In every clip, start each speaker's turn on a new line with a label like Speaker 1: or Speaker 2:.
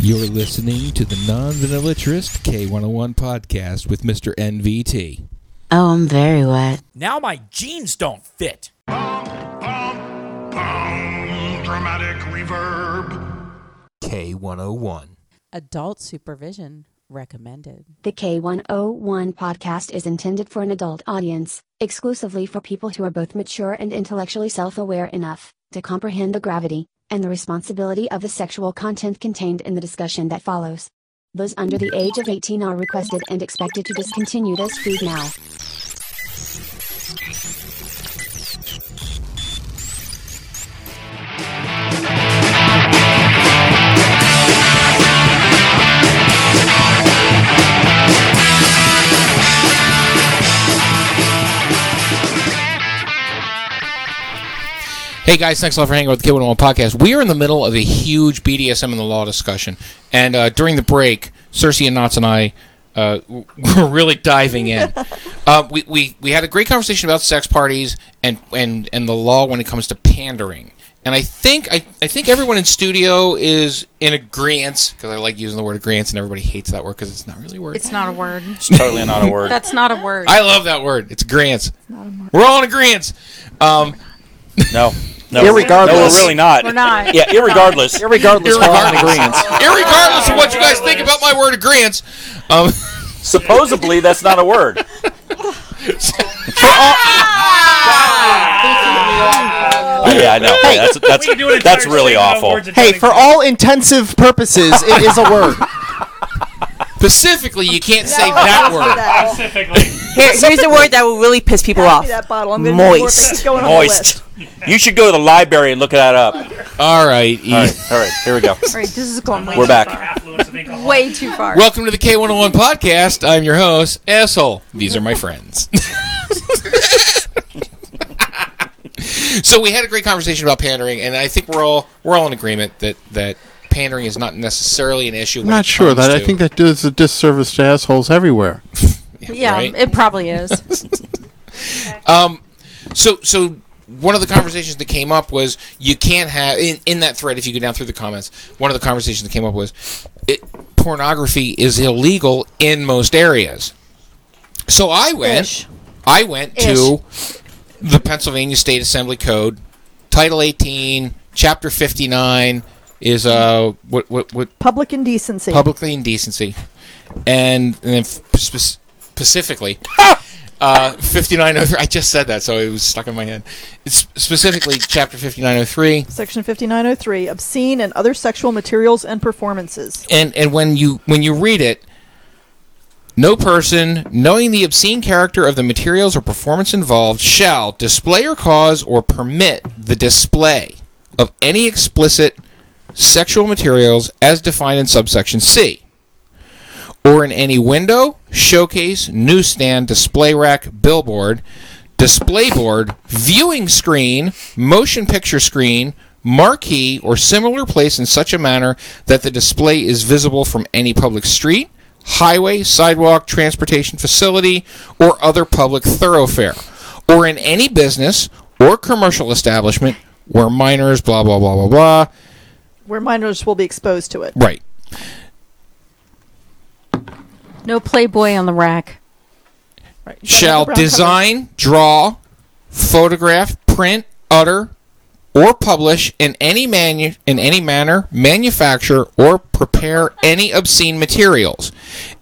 Speaker 1: You're listening to the Non Vanillaturist K101 podcast with Mr. NVT.
Speaker 2: Oh, I'm very wet.
Speaker 3: Now my jeans don't fit.
Speaker 4: Bum, bum, bum. Dramatic reverb.
Speaker 1: K101.
Speaker 5: Adult supervision recommended.
Speaker 6: The K101 podcast is intended for an adult audience, exclusively for people who are both mature and intellectually self aware enough to comprehend the gravity and the responsibility of the sexual content contained in the discussion that follows. Those under the age of 18 are requested and expected to discontinue this feed now.
Speaker 1: Hey guys, thanks a lot for hanging out with the K101 podcast. We are in the middle of a huge BDSM and the law discussion. And uh, during the break, Cersei and Knotts and I uh, w- were really diving in. uh, we, we, we had a great conversation about sex parties and, and, and the law when it comes to pandering. And I think I, I think everyone in studio is in agreement because I like using the word agreement and everybody hates that word because it's not really a word.
Speaker 7: It's not a word.
Speaker 8: totally not a word.
Speaker 7: That's not a word.
Speaker 1: I love that word. It's grants. We're all in agreement. Um,
Speaker 8: No. No.
Speaker 9: Irregardless.
Speaker 8: No, we're really not.
Speaker 7: We're not.
Speaker 8: Yeah, irregardless.
Speaker 9: Irregardless, we're all in agreement.
Speaker 1: irregardless of what you guys think about my word agreements, um,
Speaker 8: Supposedly, that's not a word. Oh, yeah, I know. that's that's, that's really awful.
Speaker 9: Hey, for all intensive purposes, it is a word.
Speaker 1: specifically, you can't say that word.
Speaker 10: Here, here's a word that will really piss people off. Moist.
Speaker 8: Moist. You should go to the library and look that up. All
Speaker 1: All right, E.
Speaker 8: right, all right, here we go.
Speaker 7: All right, this is going way
Speaker 8: We're
Speaker 7: too
Speaker 8: back.
Speaker 7: far. Way too far.
Speaker 1: Welcome to the K101 podcast. I'm your host, asshole. These are my friends. so we had a great conversation about pandering, and I think we're all we're all in agreement that that pandering is not necessarily an issue.
Speaker 11: I'm not sure that I think that does a disservice to assholes everywhere.
Speaker 7: yeah,
Speaker 1: right?
Speaker 7: it probably is.
Speaker 1: Um, So, so one of the conversations that came up was you can't have in, in that thread. If you go down through the comments, one of the conversations that came up was it, pornography is illegal in most areas. So I went, I went to the Pennsylvania State Assembly Code, Title 18, Chapter 59 is uh what what what
Speaker 10: Public indecency.
Speaker 1: publicly indecency, and and then f- spe- specifically, uh, fifty nine oh three. I just said that, so it was stuck in my head. It's specifically chapter fifty nine oh three,
Speaker 10: Section 5903. Obscene and other sexual materials and performances.
Speaker 1: and and when you when you read it. No person, knowing the obscene character of the materials or performance involved, shall display or cause or permit the display of any explicit sexual materials as defined in subsection C. or in any window, showcase, newsstand, display rack, billboard, display board, viewing screen, motion picture screen, marquee, or similar place in such a manner that the display is visible from any public street, highway, sidewalk, transportation facility, or other public thoroughfare, or in any business or commercial establishment where minors, blah, blah, blah, blah, blah.
Speaker 10: Where minors will be exposed to it.
Speaker 1: Right.
Speaker 7: No Playboy on the rack.
Speaker 10: Right.
Speaker 1: shall
Speaker 10: Brown cover.
Speaker 1: design, draw, photograph, print, utter, or publish in any manu- in any manner, manufacture or prepare any obscene materials.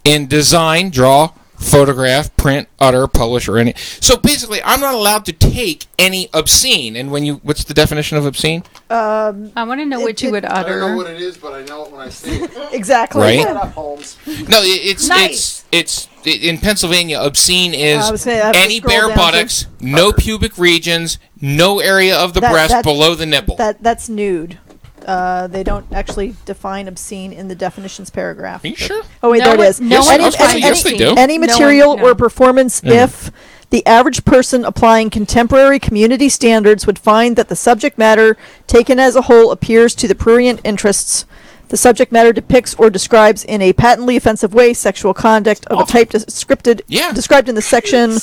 Speaker 1: In design, draw, photograph, print, utter, publish, or any. So basically, I'm not allowed to take any obscene. And when you, what's the definition of obscene?
Speaker 7: Um, I want to know what you would utter.
Speaker 11: it is, but I know it when I see it.
Speaker 10: Exactly.
Speaker 1: Right?
Speaker 9: Holmes.
Speaker 1: No, i- it's
Speaker 7: Nice.
Speaker 1: it's it's i- in Pennsylvania. Obscene
Speaker 10: I
Speaker 1: is
Speaker 10: was saying, I have to
Speaker 1: any
Speaker 10: scroll
Speaker 1: bare
Speaker 10: down to-
Speaker 1: buttocks, no pubic regions, no area of the
Speaker 10: That-
Speaker 1: breast
Speaker 10: that's-
Speaker 1: below the nipple.
Speaker 10: That That's nude. Uh, they don't actually define obscene in the definitions paragraph.
Speaker 1: Are you sure?
Speaker 10: Oh wait,
Speaker 7: No
Speaker 10: there
Speaker 7: one-
Speaker 10: it is.
Speaker 7: no one
Speaker 10: any,
Speaker 7: is
Speaker 10: any,
Speaker 1: Yes, they do.
Speaker 10: any
Speaker 7: No one-
Speaker 10: material
Speaker 7: no.
Speaker 10: or performance if the average person applying contemporary community standards would find that the subject matter taken as a whole appears to the prurient interests the subject matter depicts or describes in a patently offensive way sexual conduct
Speaker 9: Oh.
Speaker 10: of a type descripted,
Speaker 1: Yeah.
Speaker 10: described in the section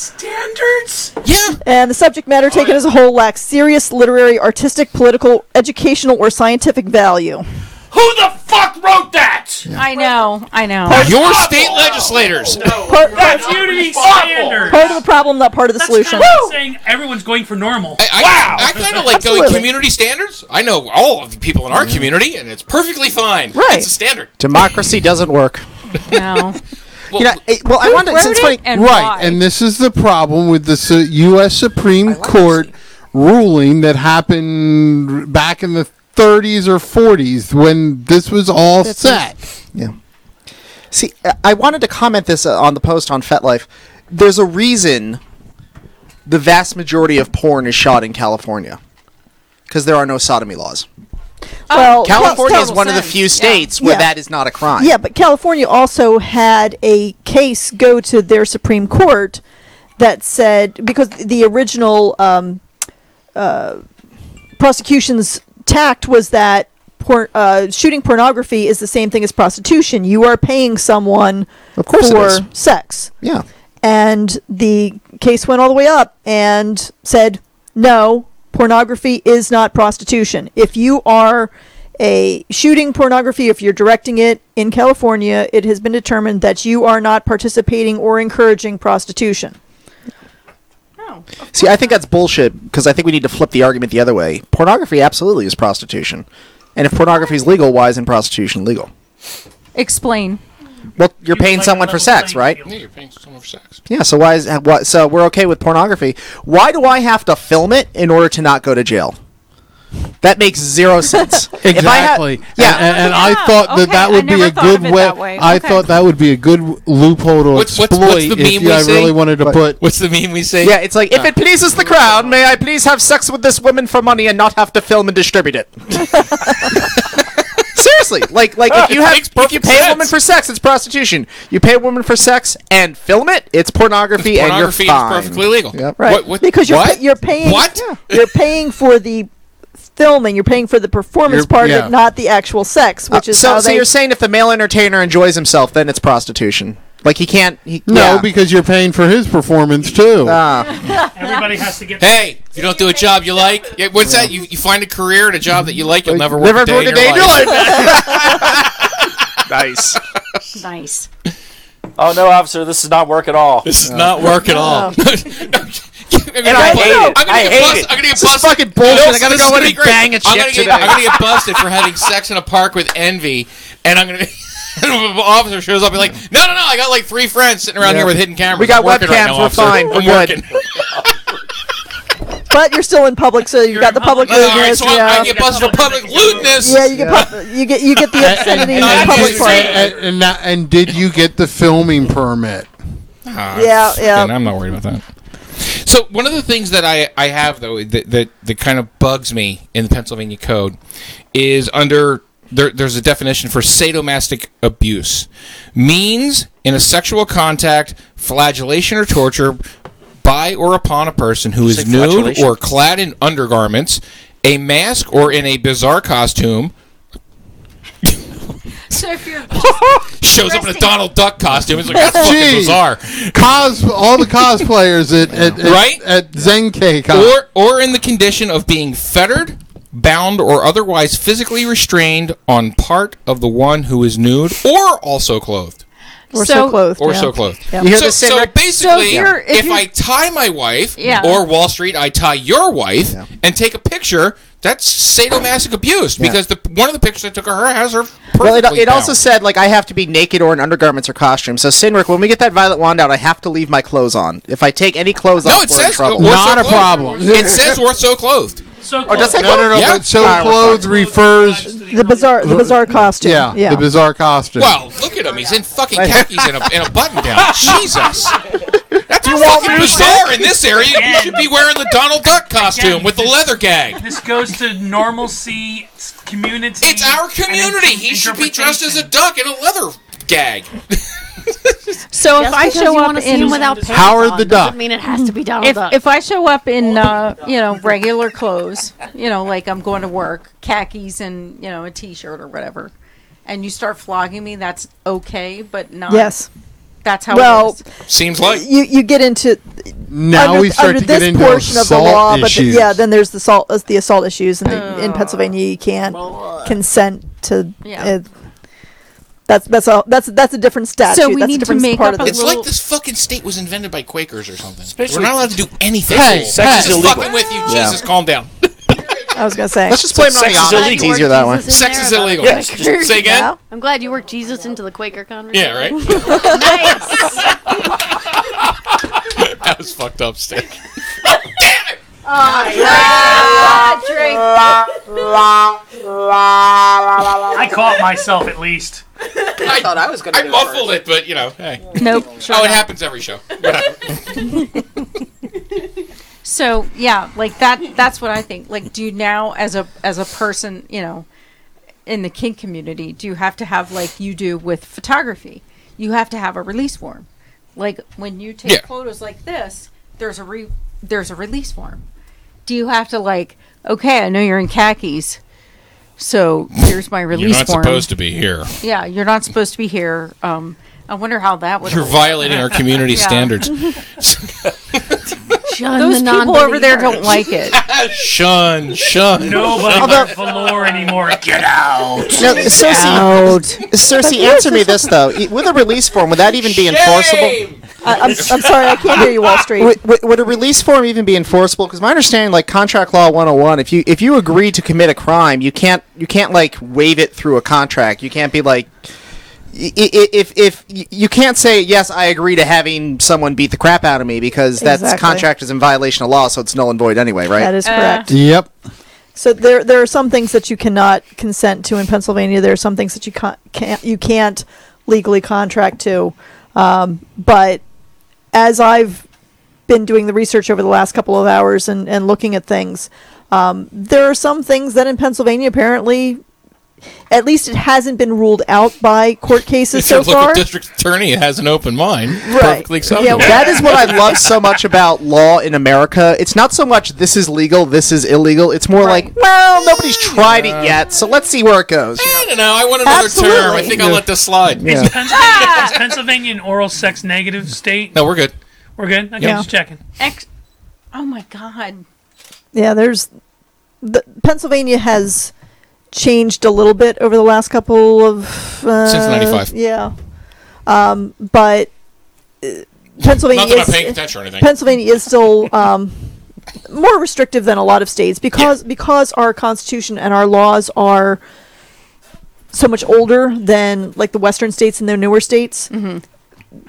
Speaker 1: Yeah.
Speaker 10: and the subject matter taken as a whole lacks serious literary artistic political educational or scientific value
Speaker 4: Who the fuck wrote that?
Speaker 10: much.
Speaker 7: I know. I know.
Speaker 1: Your state legislators.
Speaker 10: Part,
Speaker 12: That's unity standards.
Speaker 10: part of the problem, not part of the
Speaker 12: That's
Speaker 10: solution.
Speaker 12: not saying everyone's going for normal.
Speaker 1: wow! I kind of like going community standards. I know all of the people in our community, and it's perfectly fine.
Speaker 9: Right.
Speaker 1: It's a standard.
Speaker 9: Democracy doesn't work.
Speaker 1: well,
Speaker 7: No.
Speaker 9: you know, eh, well, I
Speaker 7: Who
Speaker 9: wanted
Speaker 7: wrote
Speaker 9: since
Speaker 7: it
Speaker 9: funny,
Speaker 7: and
Speaker 9: right.
Speaker 7: why?
Speaker 11: And this is the problem with the Su- U.S. Supreme Court ruling that happened r- back in the 30s or 40s when this was all
Speaker 9: That's
Speaker 11: set.
Speaker 9: Yeah. See, I- I wanted to comment this uh, on the post on FetLife. There's a reason the vast majority of porn is shot in California because there are no sodomy laws.
Speaker 10: Oh, Well,
Speaker 9: California is
Speaker 10: total
Speaker 9: one of the
Speaker 10: sense.
Speaker 9: few states where
Speaker 10: Yeah.
Speaker 9: that is not a crime.
Speaker 10: Yeah, but California also had a case go to their Supreme Court that said because the original um, uh, prosecution's tact was that por- uh, shooting pornography is the same thing as prostitution. You are paying someone
Speaker 9: course it is.
Speaker 10: for sex.
Speaker 9: Yeah.
Speaker 10: And the case went all the way up and said, no, pornography is not prostitution. If you are a shooting pornography, if you're directing it in California, it has been determined that you are not participating or encouraging prostitution.
Speaker 9: See, I think that's bullshit because I think we need to flip the argument the other way. Pornography absolutely is prostitution. And if pornography is legal, why isn't prostitution legal?
Speaker 7: Explain.
Speaker 9: Well, you're paying someone for sex, right?
Speaker 1: Yeah, you're paying someone for sex.
Speaker 9: Yeah, so why is what so we're okay with pornography. Why do I have to film it in order to not go to jail? That makes zero sense. If I had-
Speaker 11: Exactly.
Speaker 9: yeah.
Speaker 11: And, and I thought
Speaker 1: Oh.
Speaker 11: that that would be a good way. I thought that would be a good loophole to
Speaker 1: what's
Speaker 11: exploit
Speaker 1: the meme
Speaker 11: if you,
Speaker 1: we
Speaker 11: I really
Speaker 1: see?
Speaker 11: wanted to put.
Speaker 1: What's the meme we say?
Speaker 9: yeah, it's like if it pleases the crowd, may I please have sex with this woman for money and not have to film and distribute it. Seriously, like like if you have if you pay a woman for sex, it's prostitution. You pay a woman for sex and film it, it's pornography,
Speaker 1: Pornography
Speaker 9: and you're fine.
Speaker 1: is perfectly legal.
Speaker 10: Right.
Speaker 1: What, what,
Speaker 10: because you're,
Speaker 1: what?
Speaker 10: pa- you're paying
Speaker 1: What?
Speaker 10: yeah, you're paying for the filming, you're paying for the performance
Speaker 9: You're-
Speaker 10: part of
Speaker 9: yeah.
Speaker 10: it, not the actual sex, which
Speaker 9: Uh,
Speaker 10: is
Speaker 9: so,
Speaker 10: how
Speaker 9: so
Speaker 10: they
Speaker 9: you're saying if the male entertainer enjoys himself, then it's prostitution. Like he can't. He,
Speaker 11: No,
Speaker 9: yeah.
Speaker 11: because you're paying for his performance too.
Speaker 12: Everybody has to get.
Speaker 1: Hey, if you don't do a job you like, yeah, what's that? You, you find a career and a job that you like, you'll never work
Speaker 9: Never
Speaker 1: a day,
Speaker 9: work
Speaker 1: in,
Speaker 9: a day in
Speaker 1: your
Speaker 9: your
Speaker 1: life.
Speaker 9: nice.
Speaker 7: Nice.
Speaker 8: Oh no, officer, this is not work at all.
Speaker 1: This is not work at all. and
Speaker 8: I hate it.
Speaker 1: I'm gonna
Speaker 8: I
Speaker 1: get
Speaker 8: hate it.
Speaker 1: busted. I'm
Speaker 8: This
Speaker 1: gonna get
Speaker 8: is
Speaker 1: busted.
Speaker 8: fucking bullshit. I gotta
Speaker 1: this
Speaker 8: go in
Speaker 1: is gonna
Speaker 8: and
Speaker 1: be great.
Speaker 8: bang a
Speaker 1: I'm
Speaker 8: chick
Speaker 1: gonna, get,
Speaker 8: today.
Speaker 1: I'm gonna get busted for having sex in a park with envy, and I'm gonna. and an officer shows up and be like, no, no, no, I got like three friends sitting around
Speaker 9: Yeah.
Speaker 1: here with hidden cameras.
Speaker 9: We got
Speaker 1: I'm working right
Speaker 9: webcams,
Speaker 1: now,
Speaker 9: we're
Speaker 1: officer.
Speaker 9: fine, we're
Speaker 1: I'm
Speaker 9: good."
Speaker 1: working.
Speaker 10: but you're still in public, so you've got the public
Speaker 1: All right,
Speaker 10: lewdness.
Speaker 1: so
Speaker 10: yeah.
Speaker 1: I, I get busted for public lewdness.
Speaker 10: Yeah, you get pub- you get you get the obscenity in the
Speaker 11: and,
Speaker 10: public
Speaker 11: did-
Speaker 10: part.
Speaker 11: and- and that- and did you get the filming permit?
Speaker 10: Yeah, yeah.
Speaker 1: And Ah, Uh, I'm not worried about that. So one of the things that I, I have though that, that that kind of bugs me in the Pennsylvania code is under there, there's a definition for sadomasochistic abuse means in a sexual contact flagellation or torture by or upon a person who is
Speaker 8: Say
Speaker 1: nude
Speaker 8: flagellation.
Speaker 1: or clad in undergarments a mask or in a bizarre costume
Speaker 7: So if you're
Speaker 1: shows up in a Donald Duck costume it's like that's fucking
Speaker 11: Jeez.
Speaker 1: bizarre
Speaker 11: Cos all the cosplayers at at, at,
Speaker 1: Right?
Speaker 11: at Zenke Con.
Speaker 1: or or in the condition of being fettered, bound, or otherwise physically restrained on part of the one who is nude or also clothed.
Speaker 10: We're
Speaker 7: So-
Speaker 10: so, clothed.
Speaker 1: Or
Speaker 10: yeah.
Speaker 1: so clothed.
Speaker 10: Yeah.
Speaker 9: You hear
Speaker 1: So,
Speaker 9: the same
Speaker 1: so
Speaker 9: rec-
Speaker 7: So
Speaker 1: basically,
Speaker 7: if you're- if
Speaker 1: if,
Speaker 7: you're-
Speaker 1: I tie my wife,
Speaker 7: Yeah.
Speaker 1: or Wall Street, I tie your wife and take a picture. That's sadomasochistic abuse because the one of the pictures I took of her has her.
Speaker 9: Well, it,
Speaker 1: perfectly
Speaker 9: it also
Speaker 1: bound.
Speaker 9: said like I have to be naked or in undergarments or costumes. So Sinric, when we get that violet wand out, I have to leave my clothes on. If I take any clothes
Speaker 1: No,
Speaker 9: off,
Speaker 1: it
Speaker 9: we're in
Speaker 1: says
Speaker 9: trouble.
Speaker 1: or so
Speaker 11: Not a
Speaker 1: clothed.
Speaker 11: problem.
Speaker 1: It says we're so clothed.
Speaker 12: So
Speaker 9: Or Oh, does
Speaker 12: close.
Speaker 9: that
Speaker 11: No, no, no.
Speaker 1: Yeah.
Speaker 11: But so
Speaker 9: Alright, we're
Speaker 11: clothes refers.
Speaker 10: The bizarre the bizarre costume.
Speaker 11: Yeah,
Speaker 10: Yeah.
Speaker 11: the bizarre costume.
Speaker 1: Well, look at him. He's in fucking khakis and a, and a button down. Jesus. That's you fucking bizarre in this area. You should be wearing the Donald Duck costume with the leather gag.
Speaker 12: This goes to normalcy, s- community.
Speaker 1: It's our
Speaker 12: and in-
Speaker 1: community. He should be dressed as a
Speaker 12: interpretation.
Speaker 1: duck in a leather gag.
Speaker 7: so if
Speaker 13: Just
Speaker 7: I
Speaker 13: because
Speaker 7: show
Speaker 13: you
Speaker 7: up
Speaker 13: wanna see
Speaker 7: in
Speaker 13: him without pants
Speaker 11: Howard
Speaker 13: on
Speaker 11: the Duck.
Speaker 13: doesn't mean it has to be Donald
Speaker 7: if,
Speaker 13: Duck.
Speaker 7: if I show up in uh, you know regular clothes, you know like I'm going to work, khakis and you know a t-shirt or whatever, and you start flogging me, that's okay, but not
Speaker 10: Yes.
Speaker 7: That's how it
Speaker 10: Well,
Speaker 7: is.
Speaker 1: Seems like.
Speaker 10: you you get into
Speaker 11: now
Speaker 10: under,
Speaker 11: we start
Speaker 10: under
Speaker 11: to
Speaker 10: this
Speaker 11: get into
Speaker 10: portion of the
Speaker 11: assault
Speaker 10: law,
Speaker 11: issues.
Speaker 10: but the, yeah, then there's the assault uh, the assault
Speaker 1: Oh. uh,
Speaker 10: issues, and the, in Pennsylvania you can't consent to.
Speaker 7: Yeah.
Speaker 10: uh, That's that's a that's that's a different statute.
Speaker 1: So we
Speaker 10: that's
Speaker 1: need to
Speaker 10: a different
Speaker 1: make
Speaker 10: part
Speaker 1: up
Speaker 10: of
Speaker 1: a
Speaker 10: this.
Speaker 1: little- It's fucking state was invented by Quakers or something.
Speaker 10: Especially-
Speaker 1: We're not allowed to do anything.
Speaker 10: Hey,
Speaker 1: Just
Speaker 10: sex is illegal.
Speaker 1: fucking with you,
Speaker 10: Yeah.
Speaker 1: Jesus. Calm down.
Speaker 10: I was gonna say.
Speaker 1: Let's just blame it on the Amish. It's easier that way.
Speaker 13: Jesus in
Speaker 1: Sex
Speaker 13: there
Speaker 1: is
Speaker 13: about
Speaker 1: illegal.
Speaker 13: the
Speaker 1: Yes.
Speaker 13: Quakers.
Speaker 1: Say again?
Speaker 13: Yeah. I'm glad you worked Jesus into the Quaker conversation.
Speaker 1: Yeah, right? that was fucked up, Stick.
Speaker 13: Oh,
Speaker 12: I caught myself at least.
Speaker 1: I thought I was going to. I muffled it, but you know, hey.
Speaker 7: Nope, sure
Speaker 1: oh, it
Speaker 7: not.
Speaker 1: happens every show. Whatever.
Speaker 7: So yeah, like that. That's what I think. Like, do you now, as a as a person, you know, in the kink community, do you have to have like you do with photography? You have to have a release form. Like when you take
Speaker 5: Yeah.
Speaker 7: photos like this, there's a re- there's a release form. Do you have to like? Okay, I know you're in khakis, so here's my release
Speaker 1: not
Speaker 7: form.
Speaker 1: supposed to be here.
Speaker 7: Yeah, you're not supposed to be here. Um, I wonder how that would.
Speaker 1: You're
Speaker 7: work.
Speaker 1: violating our community
Speaker 7: Yeah.
Speaker 1: standards.
Speaker 13: Shun
Speaker 7: Those
Speaker 13: the
Speaker 7: people over there
Speaker 13: non-believer.
Speaker 7: don't like it.
Speaker 1: shun, shun.
Speaker 12: Nobody
Speaker 9: Although-
Speaker 12: but Valor anymore. Get out.
Speaker 9: No, Cersei, Cersei, answer me this though: I- Would a release form would that even be enforceable?
Speaker 10: I, Uh, I'm, I'm sorry, I can't hear you, Wall Street.
Speaker 9: Would, would, would a release form even be enforceable? Because my understanding, like contract law 101, if you if you agree to commit a crime, you can't you can't like waive it through a contract. You can't be like i- i- if if y- you can't say yes, I agree to having someone beat the crap out of me because that's
Speaker 10: Exactly.
Speaker 9: contract is in violation of law, so it's null and void anyway, right?
Speaker 10: That is Uh, correct.
Speaker 11: Yep.
Speaker 10: So there, there are some things that you cannot consent to in Pennsylvania. There are some things that you can't, can't you can't legally contract to. Um, but as I've been doing the research over the last couple of hours and, and looking at things, um, there are some things that in Pennsylvania apparently, at least it hasn't been ruled out by court cases
Speaker 1: If your
Speaker 10: so
Speaker 1: local
Speaker 10: far.
Speaker 1: district attorney has an open mind,
Speaker 10: Right.
Speaker 1: perfectly acceptable.
Speaker 9: that is what I love so much about law in America. It's not so much this is legal, this is illegal. It's more like, well, nobody's tried it yet, so let's see where it goes.
Speaker 1: I don't know. I want another term. I think I'll
Speaker 9: Yeah.
Speaker 1: let this slide.
Speaker 9: Yeah.
Speaker 12: Pennsylvania, is Pennsylvania an oral sex negative state?
Speaker 1: No, we're good.
Speaker 12: We're good. Okay,
Speaker 10: Yeah.
Speaker 12: just checking.
Speaker 7: Ex- oh my god.
Speaker 10: Yeah, there's the, Pennsylvania has changed a little bit over the last couple of uh,
Speaker 1: Since 95.
Speaker 10: Yeah, um, but uh, Pennsylvania
Speaker 1: Not that I'm
Speaker 10: is
Speaker 1: paying attention or anything.
Speaker 10: Pennsylvania is still um, more restrictive than a lot of states because because our constitution and our laws are so much older than like the western states and their newer states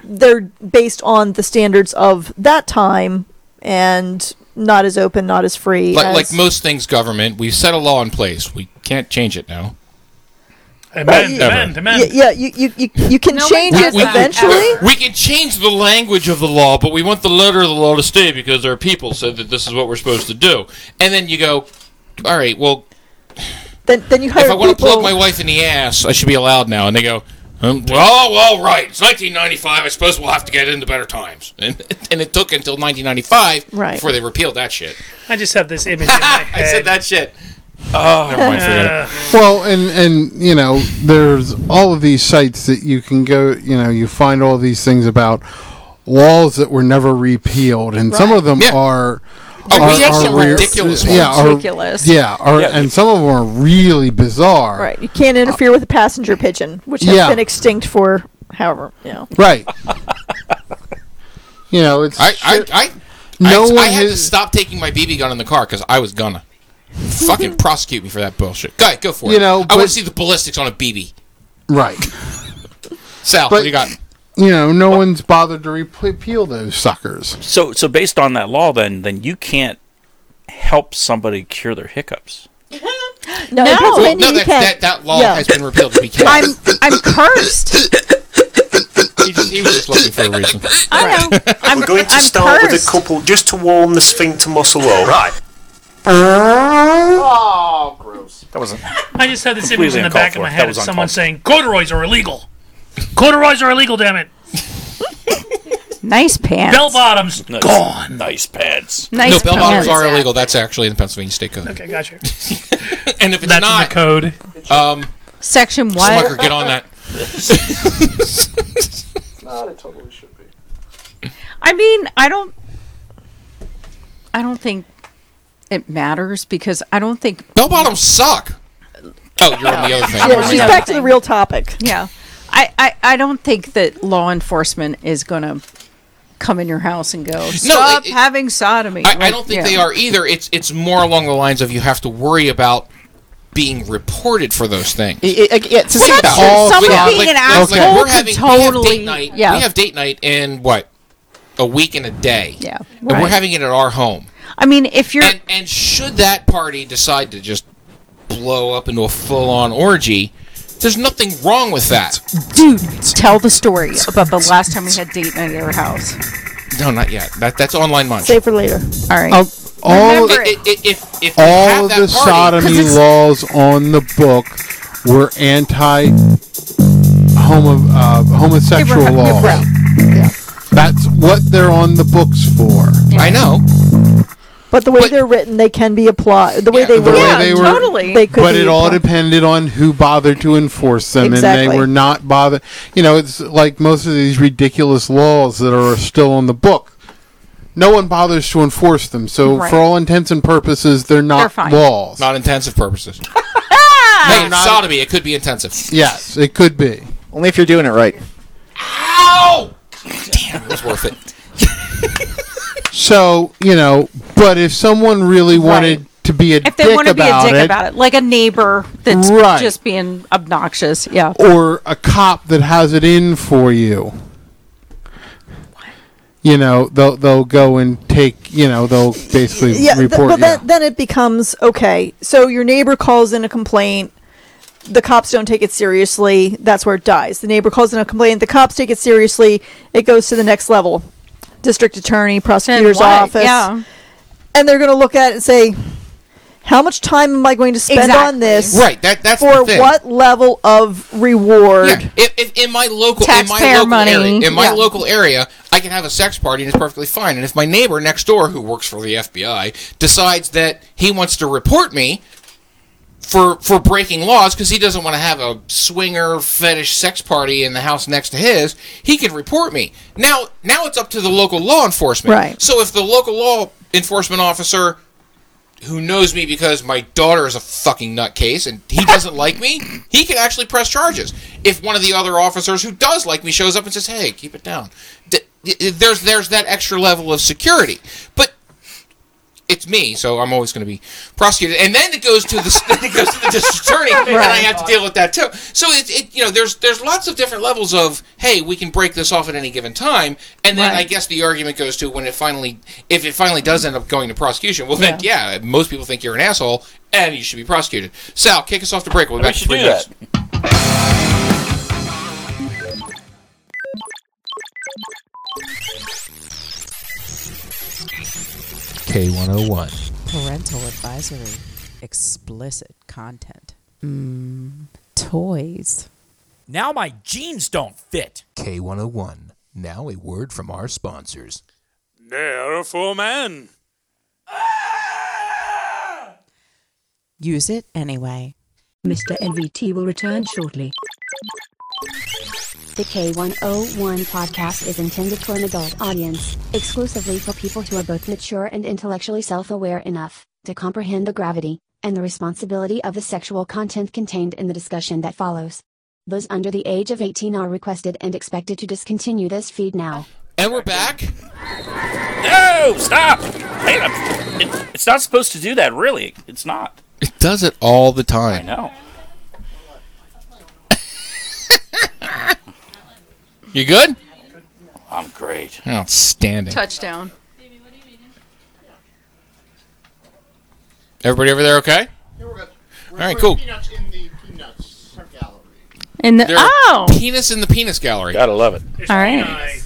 Speaker 10: they're based on the standards of that time and not as open not as free
Speaker 1: Like,
Speaker 10: as-
Speaker 1: like most things, government, we've set a law in place. We can't change it now.
Speaker 12: Amend,
Speaker 1: Ever.
Speaker 12: amend, amend.
Speaker 10: Y- yeah you, you, you, you can change it eventually
Speaker 1: We can change the language of the law, but we want the letter of the law to stay because our people said that this is what we're supposed to do. And then you go, all right, well,
Speaker 10: then, then you hire
Speaker 1: if I want to
Speaker 10: people
Speaker 1: plug my wife in the ass, I should be allowed now. And they go, um, well, well, right. It's 1995. I suppose we'll have to get into better times. And, and it took until 1995
Speaker 12: Right.
Speaker 1: before they repealed that shit.
Speaker 12: I just have this image in my
Speaker 1: I
Speaker 12: head.
Speaker 1: said that shit. Oh, never mind. Forget it.
Speaker 11: Well, and and you know, there's all of these sites that you can go. You know, you find all these things about laws that were never repealed, and some of them are.
Speaker 1: Oh,
Speaker 11: are-
Speaker 1: we had
Speaker 11: are
Speaker 1: some
Speaker 11: re-
Speaker 1: ridiculous
Speaker 11: yeah,
Speaker 1: ones.
Speaker 11: are-
Speaker 10: Ridiculous.
Speaker 11: yeah, are-
Speaker 10: Yeah.
Speaker 11: and some of them are really bizarre.
Speaker 10: right you can't interfere with a passenger pigeon which has
Speaker 11: Yeah.
Speaker 10: been extinct for however you know
Speaker 11: Right. you know, it's
Speaker 1: I, I, I,
Speaker 11: No
Speaker 1: I,
Speaker 11: one
Speaker 1: I had to
Speaker 11: has-
Speaker 1: stop taking my BB gun in the car because I was gonna fucking prosecute me for that bullshit. Go ahead, go for
Speaker 11: You
Speaker 1: it.
Speaker 11: know,
Speaker 1: I want
Speaker 11: but-
Speaker 1: to see the ballistics on a BB.
Speaker 11: right.
Speaker 1: Sal, what
Speaker 11: But-
Speaker 1: you got?
Speaker 11: You know, no one's bothered to repeal those suckers.
Speaker 8: So, so based on that law, then, then you can't help somebody cure their hiccups.
Speaker 10: No, in Pennsylvania
Speaker 1: no,
Speaker 10: you
Speaker 1: that,
Speaker 10: can.
Speaker 1: that that law
Speaker 10: Yeah.
Speaker 1: has been repealed. We can't.
Speaker 7: I'm I'm cursed.
Speaker 1: he, just, he was just looking for a reason.
Speaker 7: I know. I'm,
Speaker 14: We're going to
Speaker 7: I'm
Speaker 14: start
Speaker 7: cursed.
Speaker 14: with a couple just to warm the sphincter muscle up. Right.
Speaker 12: Oh, gross.
Speaker 8: That wasn't.
Speaker 12: I just had this image
Speaker 8: Completely
Speaker 12: in the back of
Speaker 8: uncalled
Speaker 12: my
Speaker 8: for.
Speaker 12: head
Speaker 8: That
Speaker 12: of
Speaker 8: was
Speaker 12: someone
Speaker 8: uncalled for.
Speaker 12: saying, corduroys are illegal. Corduroys are illegal, damn it.
Speaker 7: Nice pants.
Speaker 12: Bell bottoms,
Speaker 8: Nice-
Speaker 12: gone.
Speaker 8: Nice pads.
Speaker 7: Nice
Speaker 1: no, bell bottoms
Speaker 7: pants.
Speaker 1: are illegal. That's actually in the Pennsylvania state code.
Speaker 12: Okay, gotcha.
Speaker 1: And if it's
Speaker 12: That's in
Speaker 1: not
Speaker 12: the code.
Speaker 1: um,
Speaker 7: Section what?
Speaker 1: Smucker, get on that.
Speaker 14: Not it totally should be.
Speaker 7: I mean, I don't. I don't think it matters because I don't think
Speaker 1: bell bottoms suck. Oh, you're on the other thing.
Speaker 10: yeah, she's back to the real topic
Speaker 7: Yeah. I, I, I don't think that law enforcement is going to come in your house and go stop having sodomy.
Speaker 1: I, I don't think they are either. It's it's more along the lines of you have to worry about being reported for those things.
Speaker 9: it's the same
Speaker 1: about
Speaker 9: all
Speaker 1: Someone
Speaker 9: jobs.
Speaker 1: being an
Speaker 9: Okay.
Speaker 1: asshole We're having- could we have totally- date night.
Speaker 7: Yeah.
Speaker 1: We have date night in what a week and a day.
Speaker 7: Yeah,
Speaker 1: and we're
Speaker 7: right.
Speaker 1: having it at our home.
Speaker 7: I mean, if you're
Speaker 1: and, and should that party decide to just blow up into a full-on orgy, there's nothing wrong with that.
Speaker 7: dude, tell the story about the last time we had date night at our house.
Speaker 1: No, not yet. That, that's online munch.
Speaker 10: for later.
Speaker 7: All right.
Speaker 11: I'll- all
Speaker 1: Remember it. If, if, if you have
Speaker 11: all
Speaker 1: that
Speaker 11: the
Speaker 1: party-
Speaker 11: sodomy laws on the book were anti homo uh, homosexual
Speaker 1: They were- they
Speaker 11: laws.
Speaker 1: were-
Speaker 11: That's what they're on the books for.
Speaker 1: I know.
Speaker 10: But the way they're written, they can be applied. The way they
Speaker 11: the
Speaker 10: were,
Speaker 11: way they were-
Speaker 10: They could
Speaker 11: but
Speaker 10: be
Speaker 11: it all
Speaker 10: applied.
Speaker 11: depended on who bothered to enforce them, and
Speaker 10: Exactly.
Speaker 11: they were not bothered. You know, it's like most of these ridiculous laws that are still on the book. No one bothers to enforce them, so
Speaker 1: Right.
Speaker 11: for all intents and purposes, they're not laws.
Speaker 1: Not intensive purposes. hey, it's sodomy. It could be intensive.
Speaker 11: Yes, it could be.
Speaker 9: Only if you're doing it right.
Speaker 1: Ow! Damn, it was worth it.
Speaker 11: So you know, but if someone really wanted to be a
Speaker 7: If they
Speaker 11: dick
Speaker 7: want to be a
Speaker 11: about
Speaker 7: dick
Speaker 11: it,
Speaker 7: about it, like a neighbor that's
Speaker 11: Right.
Speaker 7: just being obnoxious, yeah.
Speaker 11: or a cop that has it in for you. You know, they'll they'll go and take. You know, they'll basically
Speaker 10: yeah, th-
Speaker 11: report.
Speaker 10: but
Speaker 11: you.
Speaker 10: then, then it becomes okay. So your neighbor calls in a complaint. The cops don't take it seriously. That's where it dies. The neighbor calls in a complaint. The cops take it seriously. It goes to the next level district attorney, prosecutor's
Speaker 7: what?
Speaker 10: office.
Speaker 7: Yeah.
Speaker 10: And they're going to look at it and say, how much time am I going to spend on
Speaker 7: Exactly.
Speaker 10: this?
Speaker 1: Right, that- that's the
Speaker 10: For
Speaker 1: thing.
Speaker 10: what level of reward?
Speaker 1: If, if in my local, in my
Speaker 10: Taxpayer
Speaker 1: local
Speaker 10: money,
Speaker 1: area, in my
Speaker 10: yeah.
Speaker 1: local area, I can have a sex party and it's perfectly fine. And if my neighbor next door, who works for the FBI, decides that he wants to report me for for breaking laws because he doesn't want to have a swinger fetish sex party in the house next to his, he can report me. Now, now it's up to the local law enforcement.
Speaker 10: Right.
Speaker 1: So if the local law enforcement officer who knows me because my daughter is a fucking nutcase and he doesn't like me, he can actually press charges. If one of the other officers who does like me shows up and says, "Hey, keep it down," D- y- there's there's that extra level of security. But it's me, so I'm always going to be prosecuted. And then it goes to the then it goes to the district attorney, and I have to deal with that too. So it, it you know there's there's lots of different levels of hey, we can break this off at any given time. And then I
Speaker 15: Right.
Speaker 1: guess the argument goes to when it finally if it finally does end up going to prosecution, well then yeah, most people think you're an asshole and you should be prosecuted. Sal, kick us off the break. We'll
Speaker 8: We
Speaker 1: be back
Speaker 8: should
Speaker 1: in three
Speaker 8: do
Speaker 1: minutes.
Speaker 8: that.
Speaker 1: K101.
Speaker 5: Parental advisory. Explicit content.
Speaker 7: Hmm.
Speaker 5: Mm, toys.
Speaker 8: Oh,
Speaker 3: Now my jeans don't fit.
Speaker 1: K101. Now a word from our sponsors.
Speaker 3: They're for men.
Speaker 5: Use it anyway.
Speaker 16: Mr. NVT will return shortly.
Speaker 6: The K101 podcast is intended for an adult audience, exclusively for people who are both mature and intellectually self aware enough to comprehend the gravity and the responsibility of the sexual content contained in the discussion that follows. Those under the age of 18 are requested and expected to discontinue this feed now.
Speaker 1: And we're back.
Speaker 8: No, stop! Hey, I'm- it, it's not supposed to do that, really. It's not.
Speaker 1: It does it all the
Speaker 8: I
Speaker 1: time.
Speaker 8: know.
Speaker 1: You good?
Speaker 8: I'm great.
Speaker 1: Oh, Outstanding.
Speaker 7: Touchdown.
Speaker 1: Everybody over there okay? All right, cool.
Speaker 7: In the
Speaker 1: There are
Speaker 7: oh,
Speaker 1: penis in the penis gallery. Gotta love it.
Speaker 7: all right.